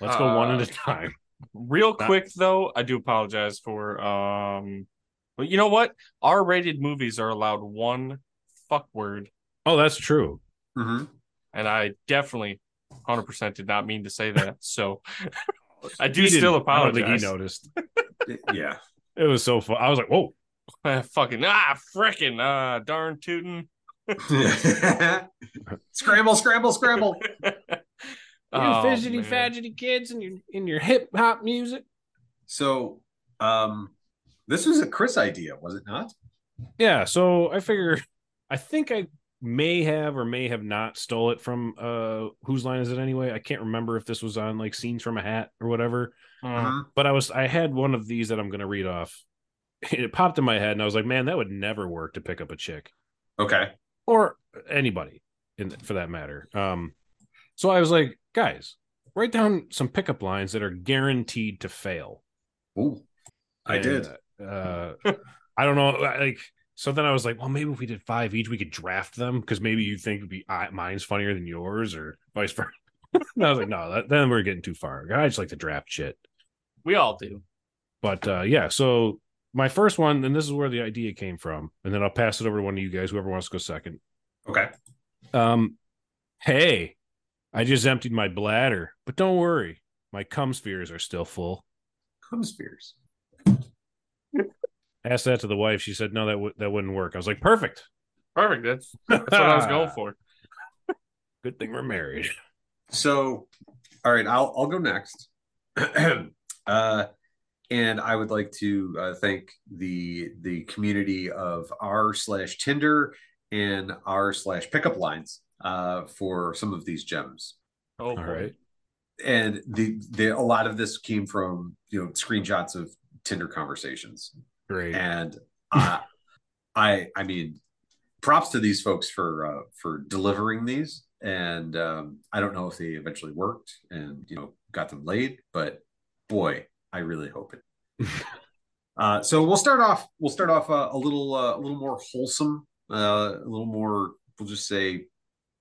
B: Let's go one
C: Uh,
B: at a time.
C: Real
B: Not-
C: quick though, I do apologize for um well, you know what? R rated movies are allowed one fuck word
B: Oh, that's true.
A: Mm-hmm.
C: and I definitely 100% did not mean to say that. So I do
B: He
C: still
B: didn't- I don't
C: apologize.
B: think he noticed.
A: Yeah.
B: It was so fun. I was like, whoa.
C: Fucking ah, frickin' ah, darn tootin'.
A: scramble, scramble, scramble.
C: Oh, man.
B: kids and your in your hip hop music.
A: So, um, this was a Chris idea, was it not?
B: Yeah, so I figure I think I may have or may have not stole it from uh whose line is it anyway? I can't remember if this was on like scenes from a hat or whatever.
C: Uh,
A: Uh-huh.
B: But I was I had one of these that I'm gonna read off. It popped in my head and I was like, man, that would never work to pick up a chick
A: Okay.
B: or anybody in for that matter. Um, so I was like, guys, write down some pickup lines that are guaranteed to fail.
A: Ooh, I
B: And,
A: did.
B: Uh, I don't know. Like, so then I was like, well, maybe if we did five each, we could draft them because maybe you think it'd be I, mine's funnier than yours or vice versa. and I was like, no, that, then we're getting too far. I just like to draft shit.
C: we all do.
B: But uh, yeah, so my first one, and this is where the idea came from, and then I'll pass it over to one of you guys, whoever wants to go second.
A: Okay.
B: Um, hey, I just emptied my bladder, but don't worry, my cum spheres are still full.
A: Cum spears.
B: Asked that to the wife. She said, "No, that would that wouldn't work." I was like, "Perfect.
C: Perfect. That's that's what I was going for.
B: Good thing we're married."
A: So, all right, I'll I'll go next. uh, and I would like to uh, thank the the community of r slash Tinder and r slash pickup lines uh, for some of these gems.
C: Oh,
B: All
C: boy.
B: right.
A: And the the a lot of this came from you know screenshots of Tinder conversations,
B: Great.
A: and uh, I I mean, props to these folks for uh, for delivering these. And um, I don't know if they eventually worked and you know got them laid, but boy, I really hope it. uh, so we'll start off. We'll start off uh, a little uh, a little more wholesome, uh, a little more. We'll just say,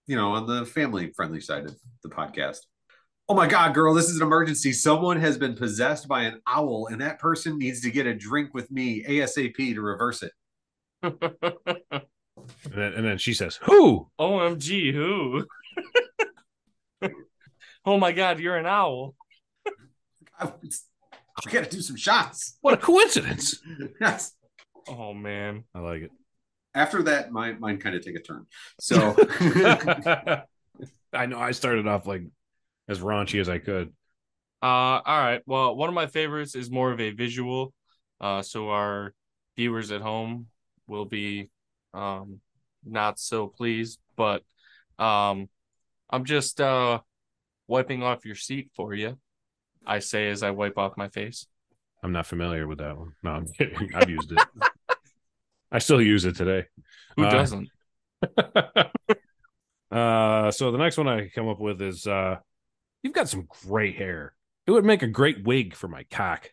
A: you know, on the family friendly side of the podcast. Oh my God, girl, this is an emergency. Someone has been possessed by an owl, and that person needs to get a drink with me ASAP to reverse it.
B: And then, and then she says, "Who?"
C: OMG, who? oh my God, you're an owl.
A: I, I got to do some shots.
B: What a coincidence!
A: Yes.
C: Oh man.
B: I like it.
A: After that, my mine kind of take a turn. So,
B: I know I started off like as raunchy as I could.
C: Uh, all right. Well, one of my favorites is more of a visual, uh, so our viewers at home will be um, not so pleased. But um, I'm just uh, wiping off your seat for you. I say as I wipe off my face.
B: I'm not familiar with that one. No, I'm kidding. I've used it. I still use it today.
C: Who
B: Uh,
C: doesn't?
B: uh so the next one i come up with is uh you've got some great hair it would make a great wig for my cock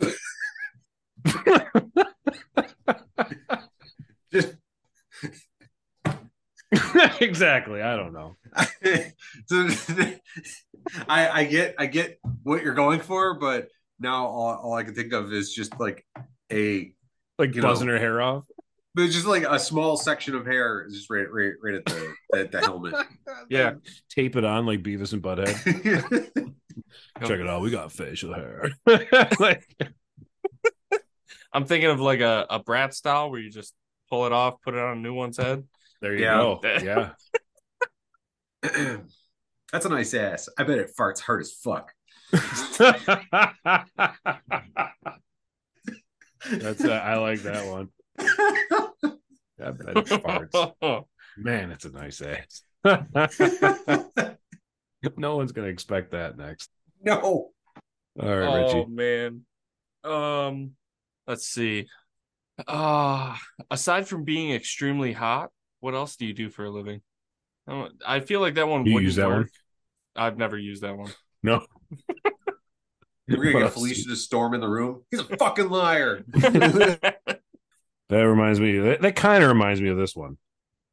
B: exactly i don't know
A: so I, I get I get what you're going for, but now all, all I can think of is just like a
B: like
A: You
B: buzzing her hair off
A: but it's just like a small section of hair is just right right, right at the at the helmet.
C: Yeah.
B: tape it on like beavis and butthead check it out we got facial hair like,
C: I'm thinking of like a, a brat style where you just pull it off, put it on a new one's head.
B: there you
A: Yeah.
B: go yeah
A: That's a nice ass. I bet it farts hard as fuck.
B: that's uh, i like that one I bet it farts.
C: Oh,
B: man that's a nice ass no one's gonna expect that next
A: no.
B: all right
C: oh
B: richie
C: man. Um let's see. Uh aside from being extremely hot, what else do you do for a living? I don't- I feel like that one
B: You
C: wouldn't
B: use that one?
C: work. I've never used that one.
B: no
A: We're gonna
B: What
A: get
B: else?
A: Felicia to storm in the room. He's a fucking liar.
B: That reminds me. That, that kind of reminds me of this one.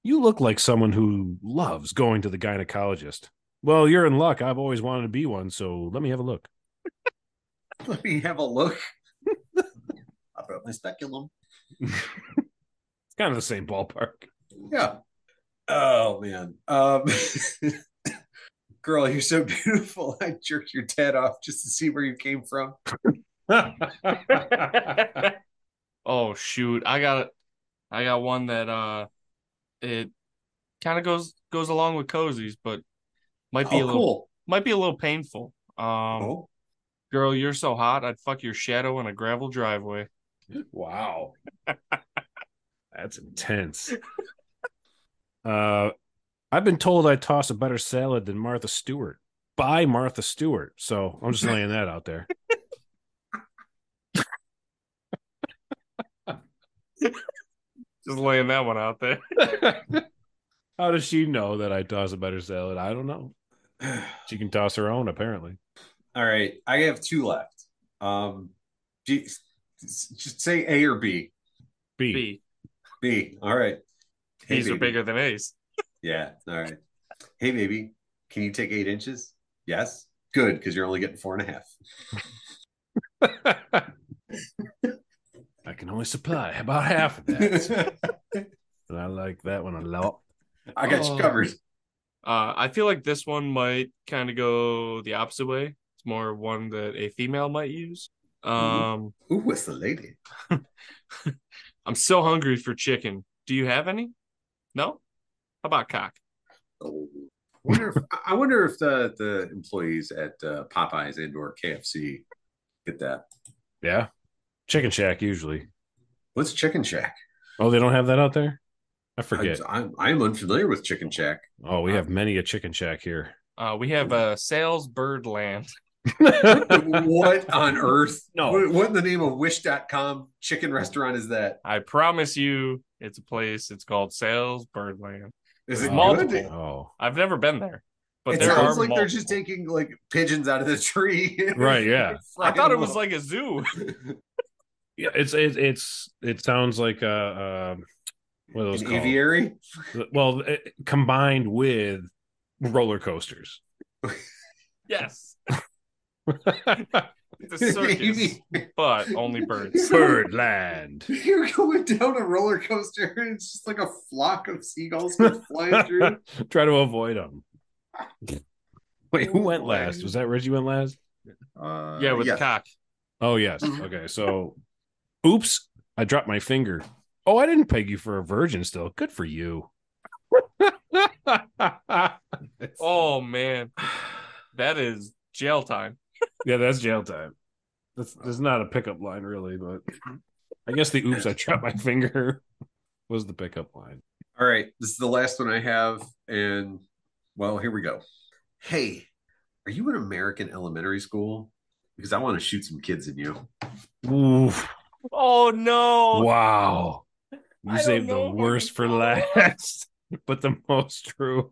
B: You look like someone who loves going to the gynecologist. Well, you're in luck. I've always wanted to be one, so let me have a look.
A: Let me have a look. I brought my speculum.
B: It's kind of the same ballpark.
A: Yeah. Oh man. Um girl, you're so beautiful. I jerked your dad off just to see where you came from.
C: oh shoot. I got I got one that uh it kind of goes goes along with cozies, but might be a
A: Oh,
C: little
A: cool.
C: might be a little painful. Um
A: Oh.
C: Girl, you're so hot. I'd fuck your shadow in a gravel driveway.
B: wow, that's intense. Uh, I've been told I toss a better salad than Martha Stewart by Martha Stewart. So I'm just laying that out there.
C: Just laying that one out there.
B: How does she know that I toss a better salad? I don't know. She can toss her own, apparently.
A: All right, I have two left. Um, do you- just say A or B.
B: B.
C: B.
A: B. All right. Hey,
C: These are
A: baby.
C: bigger than A's.
A: Yeah. All right. Hey, baby, can you take eight inches? Yes. Good, because you're only getting four and a half.
B: I can only supply about half of that. and I like that one a lot.
A: I got
C: Oh.
A: you covered.
C: Uh, I feel like this one might kind of go the opposite way. It's more one that a female might use.
A: Mm-hmm.
C: Um,
A: Who was the lady?
C: I'm so hungry for chicken. Do you have any? No. How about cock?
A: Oh. Wonder if, I wonder if the, the employees at uh, Popeyes and or KFC get that.
B: Yeah. Chicken Shack, usually.
A: What's Chicken Shack?
B: Oh, they don't have that out there? I forget.
A: I'm, I'm, I'm unfamiliar with Chicken Shack.
B: Oh, we have many a Chicken Shack here.
C: Uh, we have uh, Sales Birdland.
A: what on earth?
B: No.
A: What, what in the name of Wish.com chicken restaurant is that?
C: I promise you, it's a place. It's called Sales Birdland.
A: Is it
C: Multiple.
A: good?
B: Oh,
C: I've never been there, but
A: it
C: there
A: sounds
C: are
A: like they're
C: multiple.
A: just taking like pigeons out of the tree.
B: right. Yeah.
C: I thought it was like a zoo.
B: Yeah. It's, it's, it's, it sounds like a, um what are those
A: an
B: called?
A: aviary.
B: Well, it, combined with roller coasters.
C: yes,
B: Birdland.
C: it's a circus, but only birds.
A: You're going down a roller coaster, and it's just like a flock of seagulls just flying through.
B: Try to avoid them. Wait, who went last? Was that Reggie went last?
A: Uh,
C: Yeah, with cock.
B: Oh yes.
A: Mm-hmm.
B: Okay, so, oops, I dropped my finger. Oh, I didn't peg you for a virgin. Still, good for you. yeah,
C: Oh man, that is jail time.
B: that's jail time. That's, that's not a pickup line, really, but I guess the oops, I dropped my finger was the pickup line.
A: All right, this is the last one I have, and well, here we go. Hey, are you an American elementary school? Because I want to shoot some kids in you.
B: Oof.
C: Oh no.
B: Wow.
C: I
B: You
C: don't
B: saved the
C: know if I
B: worst
C: can
B: for
C: follow up.
B: last, but the most true.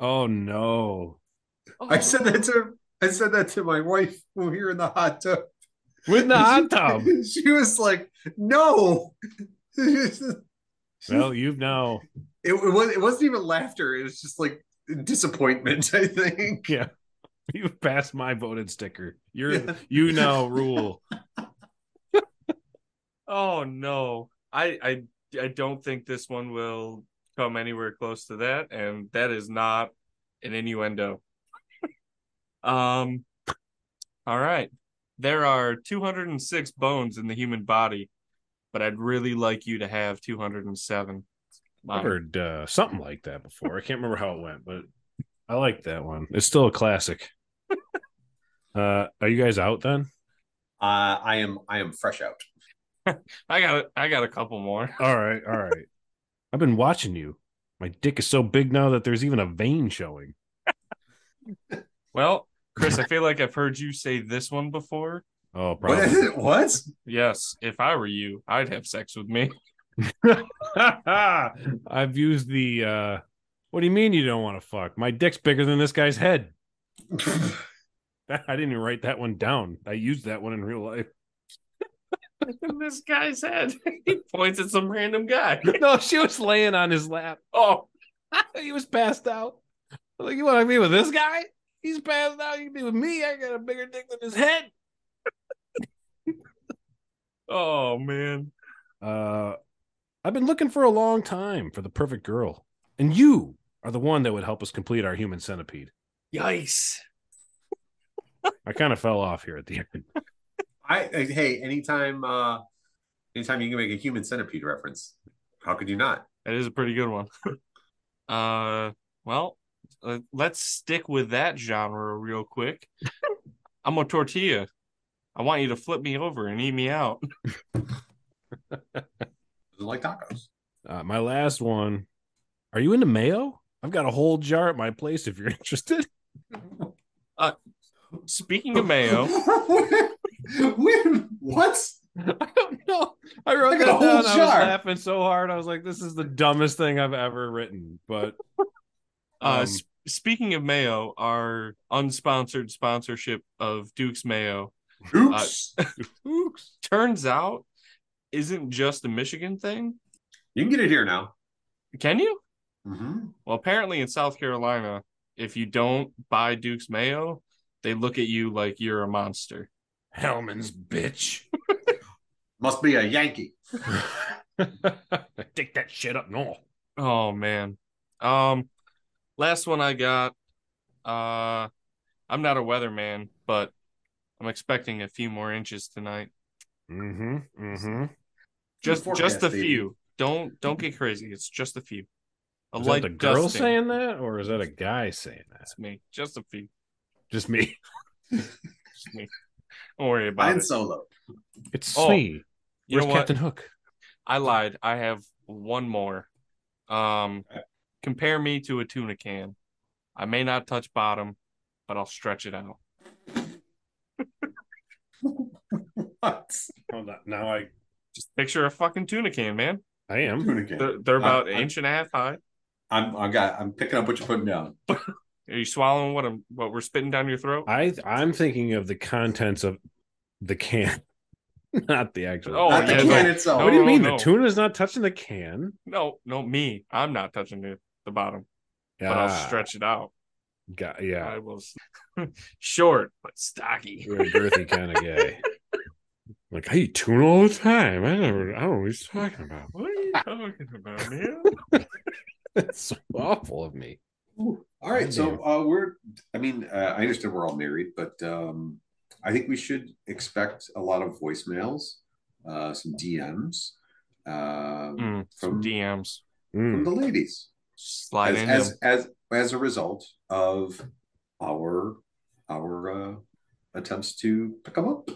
B: Oh no.
C: Oh,
A: I said that to I said that to my wife when we were in the hot tub.
B: With the hot tub.
A: she was like, "No."
B: Well, you've now
A: It, it was it wasn't even laughter. It was just like disappointment. I think.
B: yeah. You've passed my voted sticker. You're
A: Yeah.
B: you now rule.
C: Oh no. I I I don't think this one will come anywhere close to that, and that is not an innuendo. um. All right. There are 206 bones in the human body, but I'd really like you to have 207.
B: I've
C: Mine.
B: heard uh, something like that before. I can't remember how it went, but I like that one. It's still a classic. Uh, are you guys out then?
A: Uh, I am I am fresh out.
C: I got a- I got a couple more.
B: All right, all right. I've been watching you. My dick is so big now that there's even a vein showing.
C: Well, Chris, I feel like I've heard you say this one before.
B: Oh,
A: What?
B: probably.
A: what?
C: Yes, if I were you, I'd have sex with me.
B: I've used the. uh What do you mean you don't want to fuck? My dick's bigger than this guy's head. I didn't even write that one down. I used that one in real life.
C: in this guy's head. he points at some random guy.
B: no, she was laying on his lap.
C: Oh,
B: he was passed out. I'm like, you want to be with this guy? He's passed out. You can be with me. I got a bigger dick than his head.
C: oh man.
B: Uh, I've been looking for a long time for the perfect girl, and you are the one that would help us complete our human centipede.
C: Yikes.
B: I kind of fell off here at the end.
A: I, I hey, anytime uh anytime you can make a human centipede reference, how could you not?
C: That is a pretty good one. uh well, uh, let's stick with that genre real quick. I'm a tortilla. I want you to flip me over and eat me out.
A: Like tacos.
B: Uh, my last one Are you into mayo? I've got a whole jar at my place if you're interested.
C: Speaking of mayo,
A: When- what?
C: I don't know. I wrote
A: Like a
C: that
A: whole
B: down, I was
A: jar.
B: laughing so hard. I was like, this is the dumbest thing I've ever written. But
C: Uh,
B: Um,
C: s- speaking of mayo, our unsponsored sponsorship of Duke's Mayo Uh,
A: Oops.
C: turns out isn't just a Michigan thing.
A: you can get it here now.
C: Can you?
A: Mhm.
C: Well, apparently in South Carolina, if you don't buy Duke's Mayo, they look at you like you're a monster.
B: um, Hellman's bitch.
A: Must be a Yankee.
B: Take that shit up north.
C: Oh man. Um last one I got uh I'm not a weatherman, but I'm expecting a few more inches tonight.
B: Mm-hmm. Mm-hmm.
C: Just
A: Forecast,
C: just a
A: baby.
C: few. Don't don't get crazy. It's just a few. A
B: Is
C: light
B: that the girl
C: dusting.
B: saying that, or is that a guy saying that?
C: It's me. Just a few.
B: Just me.
C: Just me. Don't worry about
A: Mine
C: it.
A: solo.
B: It's
C: Oh,
B: me.
C: You know
B: Where's
C: what?
B: Captain Hook?
C: I lied. I have one more. Um, compare me to a tuna can. I may not touch bottom, but I'll stretch it out.
A: What?
B: Hold on. Now I
C: Just picture a fucking tuna can, man.
B: I am.
A: Do it again.
C: They're, they're about
A: I-
C: an
A: I-
C: inch and a half high.
A: I'm I got I'm picking up what you're putting down.
C: Are you swallowing what I'm what we're spitting down your throat?
B: I I'm thinking of the contents of the can, not the actual.
C: Oh,
A: Not
C: yeah,
A: the can
C: no.
A: itself.
B: what do you
C: no,
B: mean
C: no.
B: the tuna's not touching the can?
C: No, no, me. I'm not touching the, the bottom, but
B: Ah,
C: I'll stretch it out.
B: got- yeah,
C: I will. s- Short but stocky.
B: you're a girthy kind of guy. Like I eat tuna all the time. I never. I don't know what he's talking about.
C: What are you talking about, man?
B: That's so awful of me.
A: Ooh. All right,
B: I
A: so
B: do.
A: uh, we're. I mean, uh, I understand we're all married, but um, I think we should expect a lot of voicemails, uh, some DMs um,
C: Mm, some
A: from,
C: DMs
A: from
B: Mm.
A: the ladies
C: slide
A: as
C: in.
A: as, as as a result of our our uh, attempts to pick them up.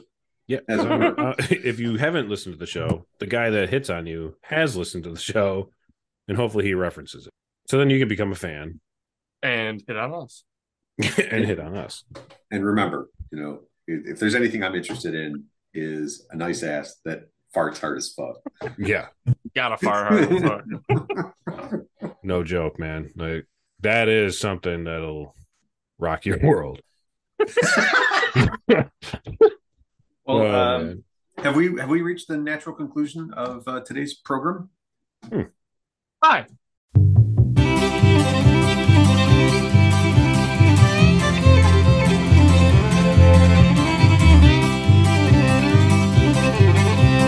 B: Yeah.
A: As it were.
B: Uh, if you haven't listened to the show, the guy that hits on you has listened to the show, and hopefully he references it. So then you can become a fan
C: and hit on us.
B: and hit on us.
A: And remember, you know, if, if there's anything I'm interested in, is a nice ass that farts hard as fuck.
B: Yeah,
C: Gotta fire hard. as fuck.
B: no joke, man. Like that is something that'll rock your world.
A: well,
B: Oh,
A: um,
B: man.
A: Have we have we reached the natural conclusion of uh, today's program?
C: Hi.